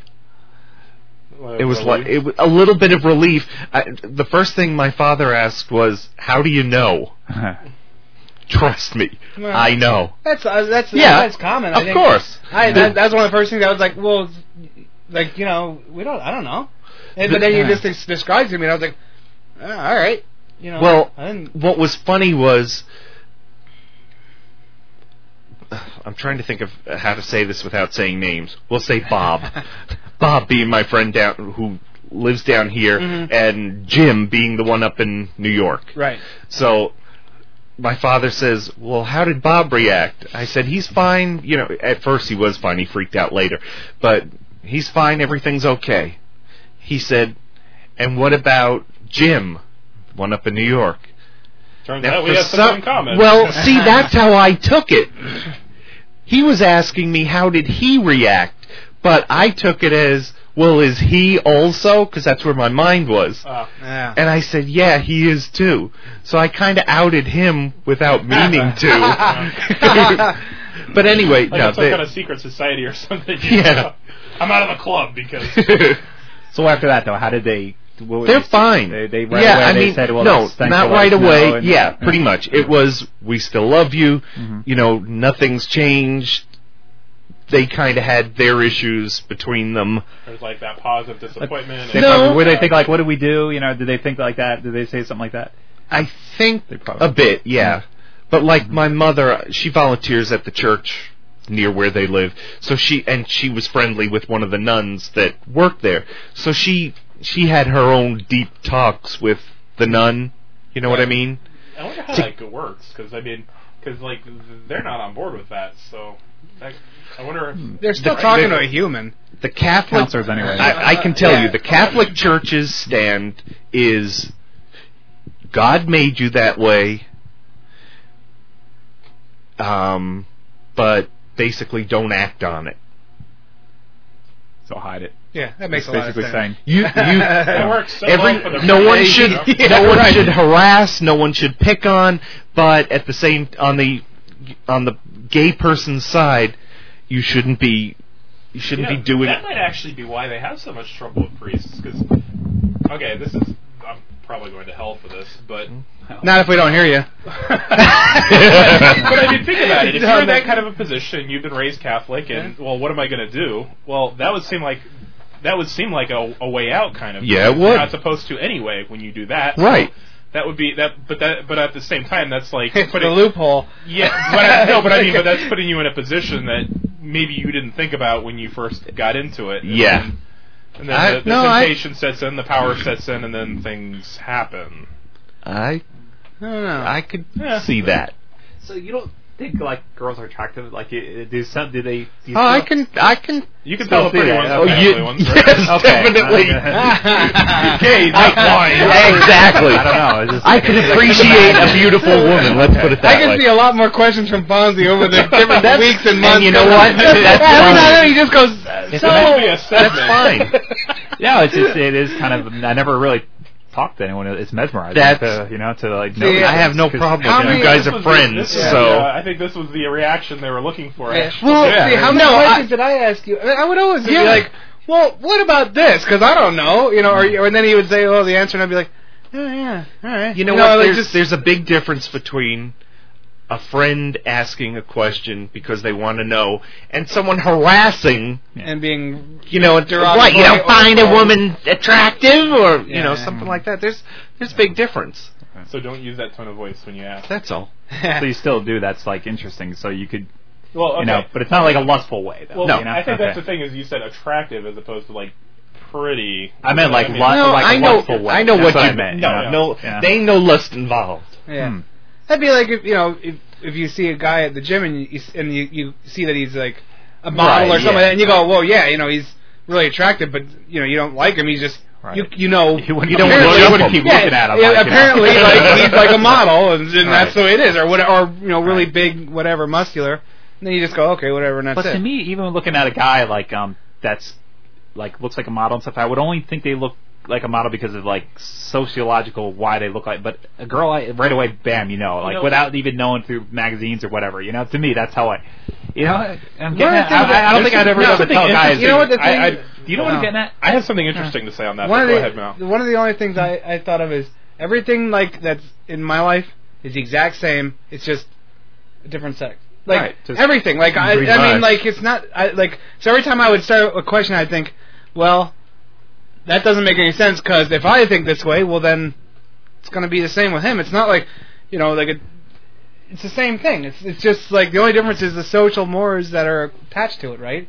S10: it was like it was a little bit of relief. I, the first thing my father asked was, "How do you know?" Trust me,
S11: Well,
S10: I know.
S11: That's uh, that's
S10: Yeah,
S11: that's common. I
S10: of
S11: think.
S10: course.
S11: I,
S10: The-
S11: that, that's one of the first things I was like, well, like you know, we don't, I don't know. And,
S10: The-
S11: but then you
S10: yeah.
S11: just des- described to me, and I was like, ah, all right, you know.
S10: Well,
S11: I didn't,
S10: what was funny was I'm trying to think of how to say this without saying names. We'll say Bob. Bob being my friend down who lives down here
S3: Mhm.
S10: and Jim being the one up in New York.
S11: right.
S10: So my father says, "Well, how did Bob react?" I said, "He's fine. You know, at first he was fine. He freaked out later, but he's fine. Everything's okay." He said, "And what about Jim, one up in New York?"
S9: Turns
S10: Now,
S9: out we
S10: for
S9: have something
S10: some-
S9: in common.
S10: Well, see, that's how I took it. He was asking me how did he react, but I took it as, well, is he also? Because that's where my mind was.
S9: Uh,
S11: Yeah.
S10: And I said, yeah, he is too. So I kind of outed him without meaning to. but anyway,
S9: like
S10: no,
S9: it's some
S10: they-
S9: kind of secret society or something.
S10: Yeah.
S9: I'm out of the club because
S8: So after that, though, how did they? What were
S10: They're
S8: they-
S10: fine.
S8: They, they right
S10: yeah,
S8: away,
S10: I
S8: they
S10: mean,
S8: said, well,
S10: no,
S8: that's- thanks
S10: not
S8: for letting
S10: right
S8: us know,
S10: away.
S8: and- Mm-hmm.
S10: yeah, pretty much. It was, we still love you. You know, nothing's changed. They kind of had their issues between them.
S9: there's like that positive disappointment.
S8: They
S9: and-
S8: probably, were they think like, what do we do? You know, did they think like that? Did they say something like that?
S10: I think
S8: they Mm-hmm. probably
S10: A bit, yeah. But like my mother, she volunteers at the church near where they live. So she and she was friendly with one of the nuns that worked there. So she she had her own deep talks with the nun. You know what I mean?
S9: I wonder how
S10: To-
S9: that works because I mean, because like they're not on board with that, so I, I wonder. If,
S11: They're still
S9: Right.
S11: talking to a human.
S10: The Catholic
S8: Counselors anyway.
S10: I, I can tell
S11: Yeah.
S10: you, the Catholic Church's stand is God made you that way, um, but basically don't act on it.
S8: So hide it.
S11: Yeah, that makes a
S8: It's
S11: lot of
S8: basically
S11: sense.
S8: saying-
S10: You, you,
S11: It works so well for the
S10: no one
S11: faith,
S10: should,
S11: you know?
S10: no
S11: Yeah,
S10: one
S11: right.
S10: should harass, no one should pick on, but at the same, on the, on the gay person's side, you shouldn't be, you shouldn't
S9: Yeah,
S10: be doing
S9: That might actually be why they have so much trouble with priests. Because okay, this is I'm probably going to hell for this, but
S11: Hmm. Not if we don't hear you.
S9: but I mean, think about it. If
S11: No,
S9: you're in
S11: no.
S9: that kind of a position, you've been raised Catholic, and well, what am I going to do? Well, that would seem like that would seem like a, a way out, kind of.
S10: Yeah, it
S9: You're
S10: would.
S9: Not supposed to anyway when you do that.
S10: Right.
S9: So that would be that, but that, but at the same time, that's like
S11: It's
S9: putting
S11: the loophole.
S9: Yeah, but I, no, but I mean, but that's putting you in a position that maybe you didn't think about when you first got into it. And
S10: Yeah.
S9: then- and then
S10: I-
S9: the, the
S10: no, I-
S9: temptation sets in, the power sets in, and then things happen.
S10: I,
S11: I don't know.
S10: I could
S8: Yeah.
S10: see that.
S8: So you don't think like girls are attractive? Like, do some? Do they?
S10: Oh, I can, I can.
S9: You can tell
S8: Still
S9: the
S8: see
S9: pretty
S8: that,
S9: ones,
S8: okay.
S9: the
S8: You-
S9: ugly ones, right?
S10: Oh, Yes,
S8: Okay.
S10: definitely.
S8: Okay.
S10: Gay, not blind. Exactly.
S8: I don't know. It's just-
S10: I can appreciate a beautiful woman. Let's put it that
S11: I can
S10: way.
S11: see a lot more questions from Fonzie over the different
S10: That's-
S11: weeks and
S10: and
S11: months.
S10: you know what?
S11: Yeah,
S10: That's
S11: every now and then
S10: fine.
S11: he just goes.
S8: It's
S11: so
S8: meant
S9: to be a
S10: That's
S9: segment.
S10: fine.
S8: yeah, it's just it is kind of. I never really talked to anyone. It's mesmerizing.
S10: That's-
S8: to, you know to like.
S10: See, I have no problem with How it. You many- guys
S9: This
S10: are
S9: was
S10: friends,
S9: the, this was
S10: so-
S9: the, uh, I think this was the reaction they were looking for. actually.
S11: Well,
S9: Yeah.
S11: see, how many
S9: No, I-
S11: questions did I ask you? I, mean, I would always
S9: Yeah.
S11: be like, "Well, what about this?" Because I don't know, you know. Or, or and then he would say, "Oh, the answer," and I'd be like, "Oh yeah, all right."
S10: You know what? There's, there's a big difference between a friend asking a question because they want to know and someone harassing.
S11: and being
S10: You know, and-
S11: Derogatory
S10: right? You don't
S11: or-
S10: find a
S11: or-
S10: woman attractive, or you
S11: Yeah.
S10: know, something like that. There's there's a big difference.
S9: So don't use that tone of voice when you ask.
S10: That's all.
S8: So you still do. That's like interesting. So you could.
S9: Well, okay.
S8: You know, but it's not like a lustful way. Though,
S9: Well,
S8: you know?
S9: I think that's
S8: Okay.
S9: the thing is you said attractive as opposed to like pretty.
S8: I meant like
S9: mean-
S8: lust,
S10: No,
S8: like
S10: I
S8: a
S10: know-
S8: lustful way.
S10: I know
S8: That's
S10: what
S8: what
S10: you-
S8: I meant.
S10: no,
S8: you
S10: no,
S8: know? Yeah.
S10: They ain't no lust involved.
S11: Yeah.
S8: Hmm.
S11: That'd be like if you know if if you see a guy at the gym and you- you s- and you you see that he's like a model
S10: Right,
S11: or something,
S10: yeah.
S11: like that, and you go, "Well, yeah, you know, he's really attractive, but you know, you don't like him. He's just." You you know
S8: You wouldn't-
S10: you don't
S11: apparently-
S10: wanna jump him.
S11: yeah,
S8: Looking at him, like,
S11: yeah,
S8: you know.
S11: apparently like he's like a model and, and
S8: Right.
S11: that's the way it is or what or you know really big whatever muscular and then you just go okay whatever and that's
S8: But
S11: it
S8: to me, even looking at a guy like um that's like looks like a model and stuff, I would only think they look like a model because of like sociological why they look like. But a girl, I, right away, bam, you know, like
S14: know-
S8: without even knowing through magazines or whatever. You know, to me, that's how I. You know,
S9: One
S8: I'm getting
S9: of the
S8: at,
S9: things
S8: I, I
S9: that-
S8: don't think I've ever
S9: there's
S8: ever
S9: something
S8: tell guys.
S9: interesting- you know what the
S8: I- I-
S9: thing-
S8: do you know what I'm
S9: No.
S8: getting at?
S9: I have something interesting to say on that.
S11: one
S9: but
S11: of
S9: go
S11: the,
S9: ahead, Mal.
S11: One of the only things I, I thought of is everything like that's in my life is the exact same. It's just a different sex. Like
S9: Right, just
S11: everything. Like I,
S9: three
S11: I mean,
S9: vibes.
S11: like it's not. I, like so every time I would start a question, I think, well, that doesn't make any sense because if I think this way, well then it's going to be the same with him. It's not like you know, like a. It's the same thing. It's it's just like the only difference is the social mores that are attached to it, right?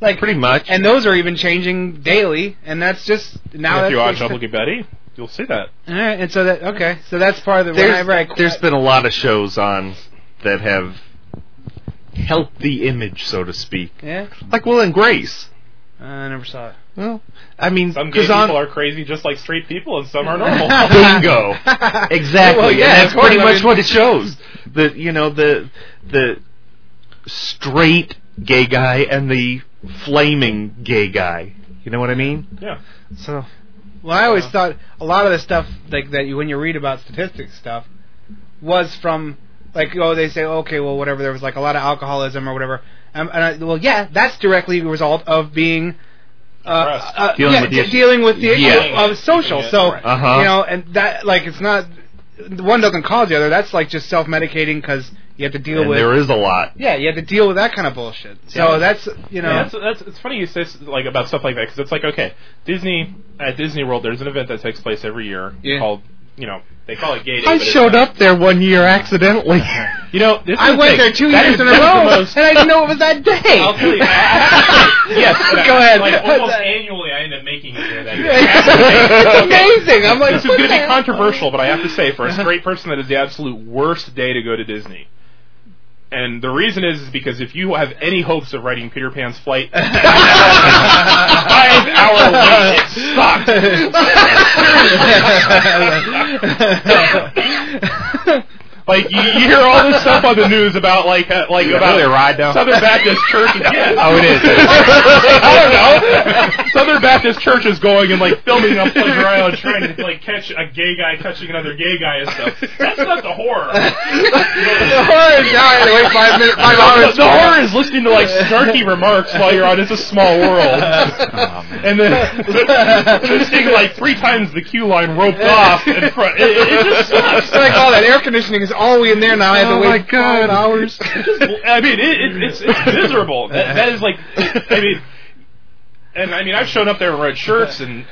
S11: Like
S10: pretty much.
S11: and those are even changing daily, and that's just now.
S9: if you watch
S11: that's
S9: Double Betty, you'll see that.
S11: All right, and so that okay, so that's part of the
S10: There's,
S11: whenever I qu-
S10: there's been a lot of shows on that have helped the image, so to speak.
S11: yeah.
S10: Like Will and Grace.
S11: I never saw it.
S10: Well, I mean,
S9: some gay
S10: 'cause
S9: people
S10: on-
S9: are crazy just like straight people, and some are normal.
S10: Bingo. Exactly.
S9: Well,
S10: And
S9: yeah,
S10: that's
S9: of course,
S10: pretty
S9: I
S10: much
S9: mean-
S10: what it shows. The you know the the straight gay guy and the flaming gay guy. You know what I mean?
S9: Yeah.
S10: So
S11: Well, I always thought a lot of the stuff like that you, when you read about statistics stuff was from like oh they say okay well whatever there was like a lot of alcoholism or whatever um, and I, well yeah that's directly a result of being uh,
S9: Depressed.
S11: uh,
S9: Dealing
S11: yeah,
S9: with the
S11: de-
S9: issue.
S11: dealing with the
S9: Yeah.
S11: issue of social
S9: Yeah,
S11: so
S9: right. Uh-huh.
S11: you know and that like it's not one doesn't cause the other that's like just self medicating because you have to deal
S10: and
S11: with
S10: there is a lot.
S11: yeah you have to deal with that kind of bullshit so
S9: Yeah.
S11: that's you know
S9: Yeah, that's, that's it's funny you say s- like about stuff like that because it's like okay, Disney at Disney World there's an event that takes place every year
S11: Yeah.
S9: called you know they call it Gay Day.
S10: I
S9: but it's
S10: showed
S9: not.
S10: up there one year accidentally.
S9: You know, this
S11: I
S9: is the
S11: went
S9: thing.
S11: there two
S9: That
S11: years
S9: is-
S11: in a
S9: that is the
S11: row,
S9: most-
S11: and I didn't know it was that day.
S9: I'll tell you. yes,
S11: Go ahead.
S9: Like almost
S11: That's-
S9: annually, I end up making it there. That
S11: It's amazing. I'm like,
S9: this is
S11: what
S9: going
S11: the
S9: to be
S11: hell?
S9: controversial, but I have to say, for a straight person, that is the absolute worst day to go to Disney. And the reason is, is because if you have any hopes of writing Peter Pan's flight, five hour wait, it sucks. like you, you hear all this stuff on the news about like uh, like
S10: Is it
S9: about
S10: really a ride now?
S9: Southern Baptist Church. Yes.
S10: Oh, it is.
S9: I don't know. Southern Baptist Church is going and like filming on Pleasure Island, trying to like catch a gay guy touching another gay guy and stuff. That's not the horror.
S11: the horror is now I had to wait five minutes, five hours.
S9: The horror is listening to like snarky remarks while you're on It's a Small World,
S8: Oh,
S9: and then seeing like three times the queue line roped off in front. It, it, it just sucks.
S11: It's like all that air conditioning is all we in there now. I had to
S9: Oh
S11: wait
S9: my
S11: five
S9: God.
S11: hours.
S9: I mean, it, it, it's, it's miserable. That, that is like, I mean, and I mean, I've shown up there in red shirts, and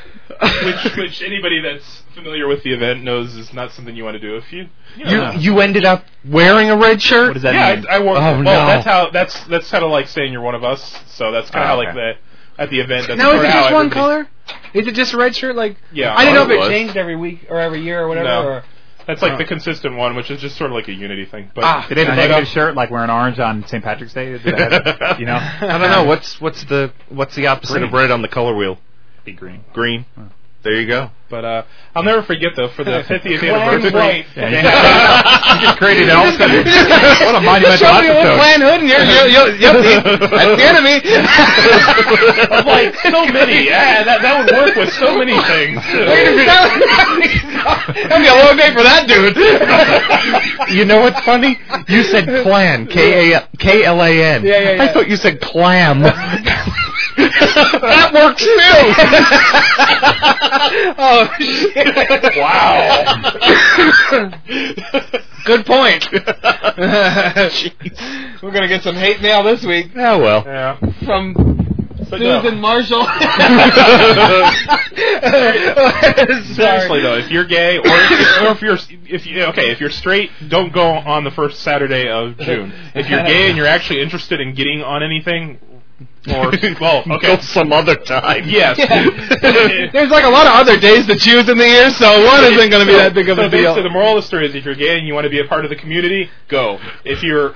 S9: which which anybody that's familiar with the event knows is not something you want to do if you you, know,
S10: You you ended up wearing a red shirt. What does
S9: yeah, I, I wore.
S10: Oh
S9: well,
S10: no.
S9: that's how that's that's kind of like saying you're one of us. So that's kind of
S10: Oh,
S9: how
S10: okay.
S9: like the at the event. That's
S11: now is
S9: sort
S11: it
S9: of how
S11: just one
S9: everybody-
S11: color? Is it just red shirt? Like
S9: Yeah,
S11: I didn't know
S10: I
S11: if
S10: thought it
S11: it
S10: was.
S11: changed every week or every year or whatever.
S9: No.
S11: Or,
S9: That's like
S11: Oh.
S9: the consistent one, which is just sort of like a unity thing. But
S10: Ah,
S8: Did they have a
S9: but, um,
S8: negative shirt like wearing orange on St. Patrick's Day? Did they have- you know,
S10: I don't know what's what's the what's the opposite of
S8: Green.
S10: red on the color wheel.
S8: be green.
S10: Green. There you go.
S9: But uh, I'll never forget though for the 50th
S11: white.
S9: anniversary.
S8: Yeah,
S9: they
S8: you-
S9: had-
S10: You just created
S11: You
S10: Elf.
S11: just- you just-
S10: what a
S11: Just
S10: monumental
S11: show me
S10: episode.
S11: old Plan Hood and you're, you're, you're, you're the, that's the enemy.
S9: of like so many. Yeah, that that would work with so many things.
S11: Wait a minute. That'd be a long day for that dude.
S10: You know what's funny? You said clan, K A K L A N.
S11: Yeah, yeah, yeah.
S10: I thought you said clam.
S11: that works too. oh shit!
S9: Wow.
S11: Good point. We're gonna get some hate mail this week
S10: oh well.
S9: yeah.
S11: from
S9: But no.
S11: Susan Marshall.
S9: Seriously
S11: Seriously
S9: though, if you're gay or if, or if you're if you okay, if you're straight, don't go on the first Saturday of June. If you're gay and you're actually interested in getting on anything, or well, okay,
S10: Go some other time.
S9: yes,
S11: There's like a lot of other days to choose in the year, so one isn't going to be that big of
S9: so
S11: a deal.
S9: basically, the moral of the story is if you're gay and you want to be a part of the community, go. If you're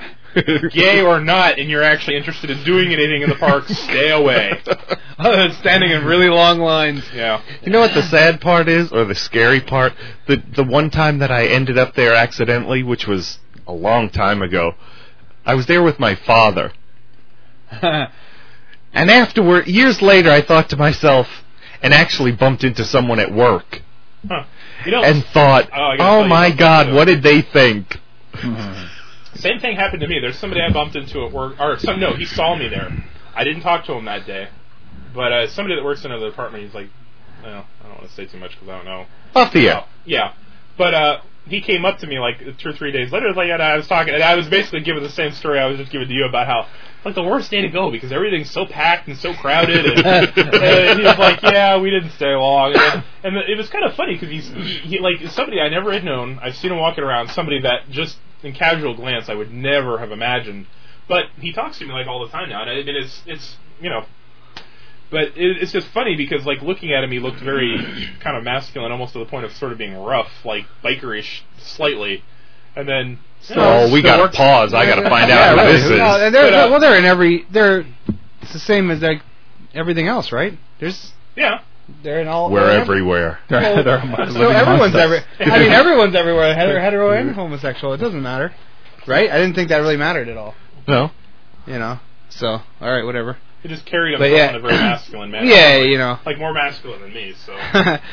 S9: gay or not and you're actually interested in doing anything in the park, stay away.
S11: Other than standing in really long lines.
S9: Yeah.
S10: You know what the sad part is, or the scary part? The the one time that I ended up there accidentally, which was a long time ago, I was there with my father. and afterward, years later, I thought to myself, and actually bumped into someone at work
S14: Huh. You know,
S10: and thought,
S9: Oh, I
S10: oh,
S9: gotta tell you
S10: my
S9: something,
S10: god,
S9: too."
S10: what did they think?
S9: Same thing happened to me. There's somebody I bumped into at work, or some no, he saw me there. I didn't talk to him that day, but uh, somebody that works in another department, he's like, well, I don't want to say too much because I don't know.
S10: Fuck you.
S8: Oh,
S9: Yeah, but uh, he came up to me like two or three days later, like and I was talking, and I was basically giving the same story I was just giving to you about how like the worst day to go because everything's so packed and so crowded, and, and he was like, yeah, we didn't stay long, and, and it was kind of funny because he's he, he like somebody I never had known. I've seen him walking around, somebody that just in casual glance I would never have imagined, but he talks to me like all the time now, and I mean it's it's you know but it, it's just funny because, like, looking at him, he looked very kind of masculine, almost to the point of sort of being rough, like bikerish, slightly. And then,
S10: Oh, we gotta pause. I gotta find out who this is.
S8: Oh,
S11: No, and they're,
S9: But, uh,
S11: well, they're in every. They're it's the same as like everything else, right? There's
S9: yeah,
S11: they're in all.
S10: We're
S11: they're in-
S10: everywhere.
S11: Well, so everyone's every. I mean, everyone's everywhere. Hetero, hetero and homosexual. It doesn't matter, right? I didn't think that really mattered at all.
S10: No.
S11: You know. So all right, whatever.
S9: he just carried
S11: But
S9: himself
S11: yeah.
S9: in a very masculine manner.
S11: Yeah, you know.
S9: like more masculine than me. So,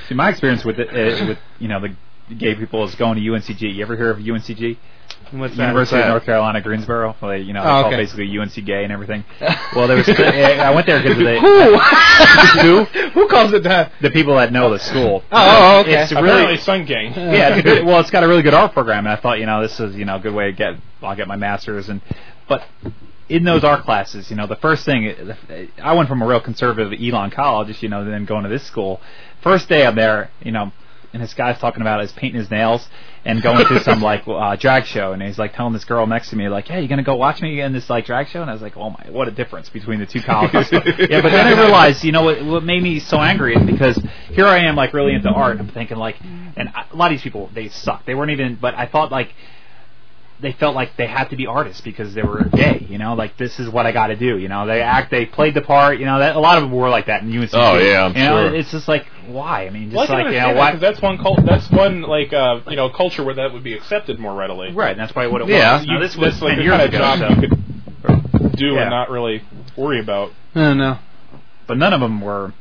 S8: See, my experience with it, uh, with you know the gay people is going to UNCG. You ever hear of UNCG?
S11: What's that?
S8: University of
S11: What's that?
S8: North Carolina Greensboro. Well, they, you know, they
S11: Oh,
S8: call
S11: okay.
S8: basically UNC gay and everything. Well, there was uh, I went there because they
S11: Who? Who calls it that?
S8: the people that know the school.
S11: Oh, oh, okay.
S8: It's
S9: apparently,
S8: really
S9: Sun Gang.
S8: yeah, it's a good, well, it's got a really good art program, and I thought, you know, this is you know a good way to get I'll get my masters and but in those art classes, you know, the first thing I went from a real conservative Elon college, you know, and then going to this school. First day I'm there, you know, and this guy's talking about is painting his nails and going to some like uh, drag show, and he's like telling this girl next to me like, "Hey, you gonna go watch me in this like drag show?" And I was like, "Oh my, what a difference between the two colleges." yeah, but then I realized, you know, what what made me so angry is because here I am like really into art, and I'm thinking like, and I- a lot of these people they suck. They weren't even, but I thought like they felt like they had to be artists because they were gay, you know, like this is what I got to do, you know. They act, they played the part, you know. That a lot of them were like that in UNC.
S10: Oh, yeah, I'm
S8: you know,
S10: sure.
S8: it's just like why? I mean, just
S9: well, I can
S8: like you know
S9: understand
S8: why?
S9: that 'cause that's one cult. That's one like uh, you know culture where that would be accepted more readily.
S8: Right, and that's probably what it
S9: yeah.
S8: was. Now, this
S9: that's
S8: was
S9: like
S8: 10
S9: the
S8: years
S9: kind of
S8: ago,
S9: job
S8: so-
S9: you could do
S8: Yeah.
S9: and not really worry about.
S11: Oh no.
S8: But none of them were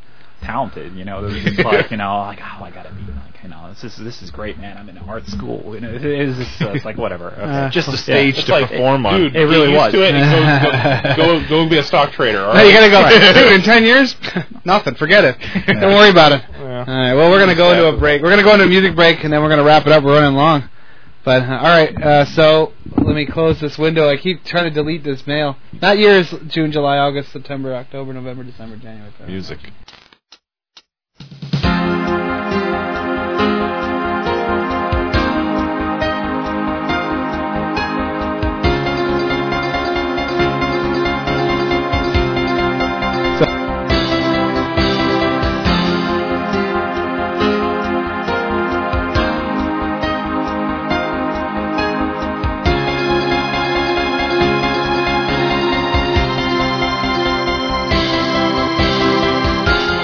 S8: talented, you know. They were just like, you know, like oh, I gotta be like, you know, this is this is great, man. I'm in art school. You know, it is just, uh, it's like whatever. Okay.
S10: Uh, Just a stage
S8: it's
S10: to perform on.
S8: It really
S9: get used
S8: was.
S9: to it and go, go, go, go be a stock trader. All
S11: No,
S9: right?
S11: you gotta go, dude. In ten years, nothing. Forget it. Don't worry about it. All right. Well, we're gonna go into a break. We're gonna go into a music break, and then we're gonna wrap it up. We're running long. But uh, all right. Uh, so let me close this window. I keep trying to delete this mail. Not years: June, July, August, September, October, November, December, January. February.
S10: Music.
S3: Thank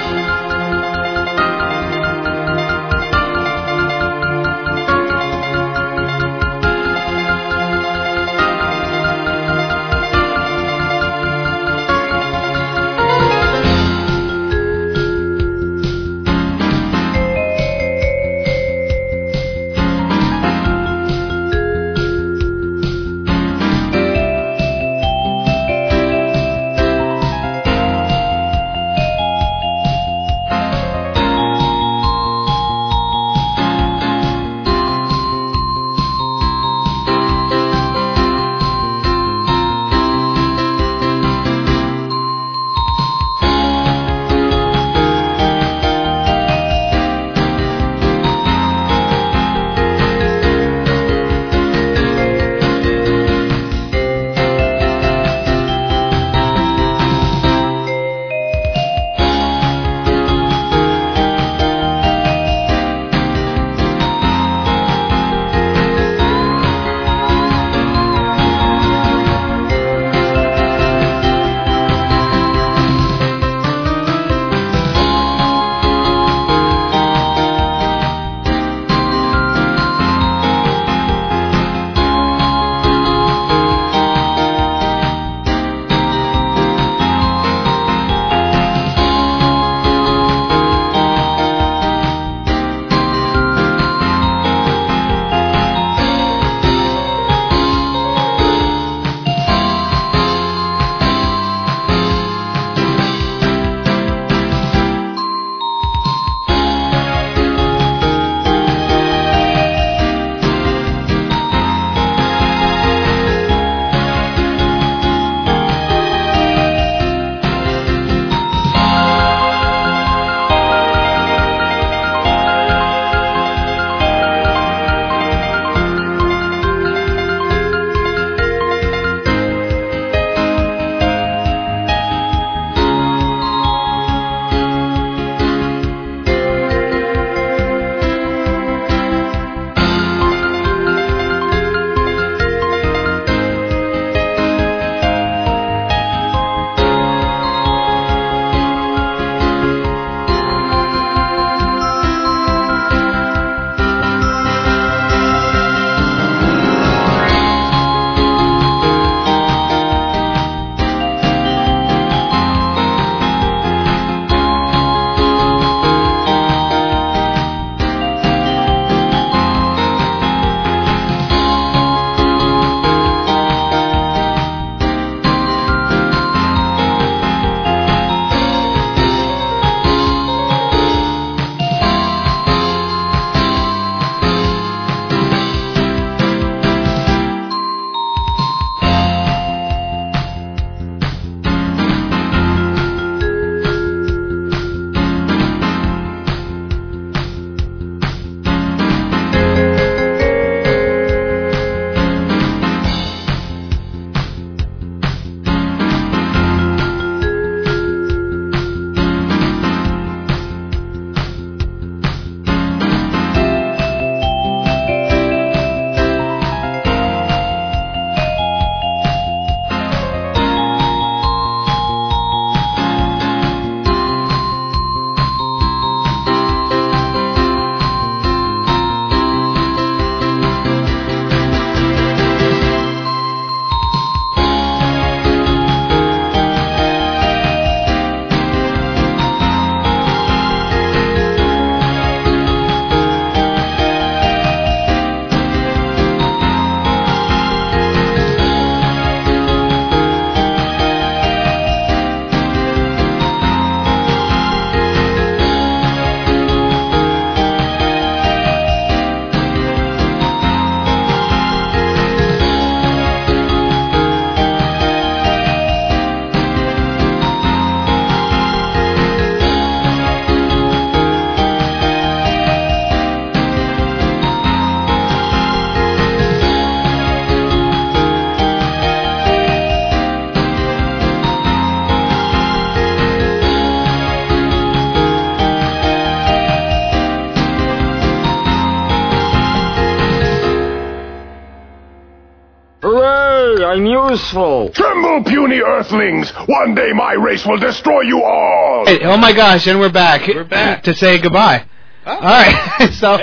S15: useful.
S16: Tremble, puny earthlings! One day my race will destroy you all!
S8: Hey, oh my gosh, and we're back. We're back Oh. to say goodbye. All right, so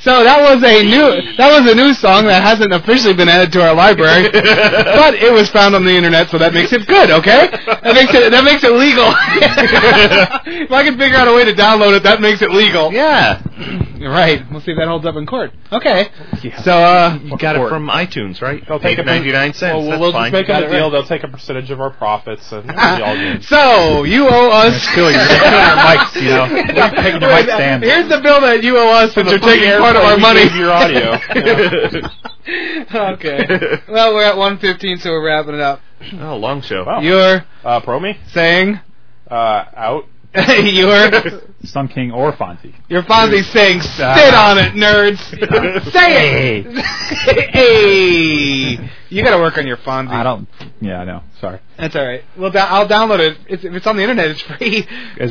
S8: so that was a new that was a new song that hasn't officially been added to our library, but it was found on the internet, so that makes it good. Okay, that makes it that makes it legal. if I can figure out a way to download it, that makes it legal. Yeah, right. We'll see if that holds up in court. Okay, so uh, you
S9: got it from iTunes, right?
S10: They'll take a
S9: Eight ninety nine cents.
S10: Well, we'll,
S9: that's
S10: we'll
S9: fine.
S10: just
S9: You
S10: make
S9: got
S10: them a
S9: it
S10: deal.
S9: right.
S10: They'll take a percentage of our profits, and we'll be all good.
S8: Ah, So you owe us.
S10: mics, you know. We're picking the mic stand.
S8: Here's the bill that you owe us since
S10: the
S8: you're taking
S10: free
S8: part of
S10: airplay
S8: our
S10: we
S8: money.
S10: gave your audio.
S8: okay.
S17: well, we're at 115, so we're wrapping it up.
S9: Oh, long show.
S8: You're
S10: uh, pro me
S8: saying
S10: uh, out.
S8: you're
S11: Sun King or Fonzie.
S8: Your Fonzie's saying, "Sit on it, nerds." Say it. hey, you got to work on your Fonzie. I
S11: don't. Yeah, I know. Sorry.
S8: That's all right. Well, do- I'll download it. It's, if it's on the internet, it's free.
S11: Is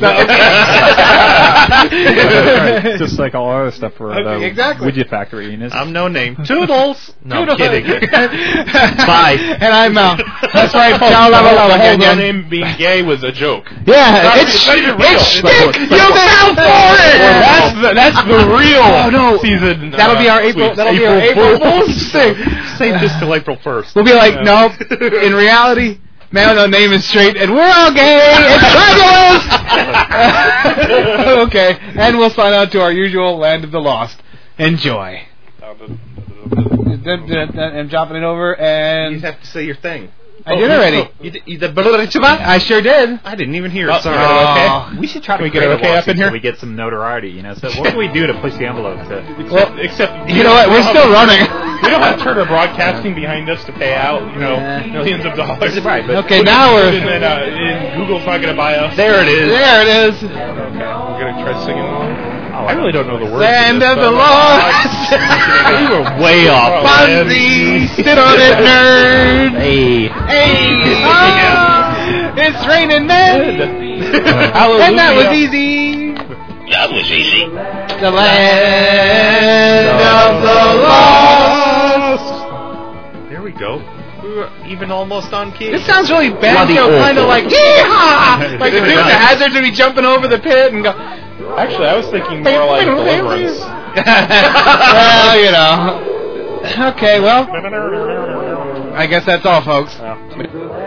S8: So-
S11: That's right. Just like all our other stuff for
S8: Okay,
S11: the
S8: exactly.
S11: widget factory. Enos.
S8: Uh,
S9: I'm no name. Toodles. No I'm
S8: Toodles.
S9: kidding.
S8: Bye. And I'm out. That's right.
S10: Oh,
S8: Ciao, la, la, la,
S10: the whole
S8: again.
S10: name being gay was a joke.
S8: Yeah,
S10: Not-
S8: it's
S10: not even real.
S8: it's shtick. You fell for it.
S10: That's the that's the real
S8: Oh, no.
S10: season.
S8: That'll
S10: uh,
S8: be our April.
S10: sweeps.
S8: That'll be our April Fool's thing.
S9: Save this till April first.
S8: We'll be like, nope. In reality, man, no name is straight, and we're all gay. It's fabulous. okay, and we'll sign out to our usual land of the lost. Enjoy. Dun, dun, dun, I'm dropping it over, and you
S9: have to say your thing. Oh,
S8: I did already.
S9: You did, you did, I
S8: sure did.
S9: I didn't even hear it.
S11: Oh,
S9: Sorry.
S11: yeah, okay. We should try
S9: Can
S11: to
S9: we get
S11: create
S9: an
S11: a
S9: okay
S11: law
S9: up in
S11: so
S9: here?
S11: We get some notoriety, you know. So what can we do to push the envelope? To
S8: Well,
S10: except
S8: you know what? We're still running.
S10: We don't have Turner Broadcasting behind us to pay out, you know, millions of dollars. Right,
S8: but- Okay, now we're-
S10: And then, uh, and Google's not going to buy us.
S8: There it is. There it is.
S10: We're going to try singing along. Oh, I really don't know the words.
S8: Land
S10: to this,
S8: of the
S10: but-
S8: lost.
S10: you were
S9: way
S10: Oh,
S9: off.
S8: Fonzie, sit on it, nerd.
S9: Hey.
S8: Hey, ah, it's raining men. and that was easy.
S18: That was easy.
S8: The land of the lost.
S9: There we go. We were even almost on key.
S8: This sounds really bad,
S9: Bloody
S8: you know, kind of
S9: awful.
S8: like yeehaw, like the dude in the hazards would be jumping over the pit and go.
S10: Actually, I was thinking more like Deliverance.
S8: well, you know. Okay, well, I guess that's all, folks.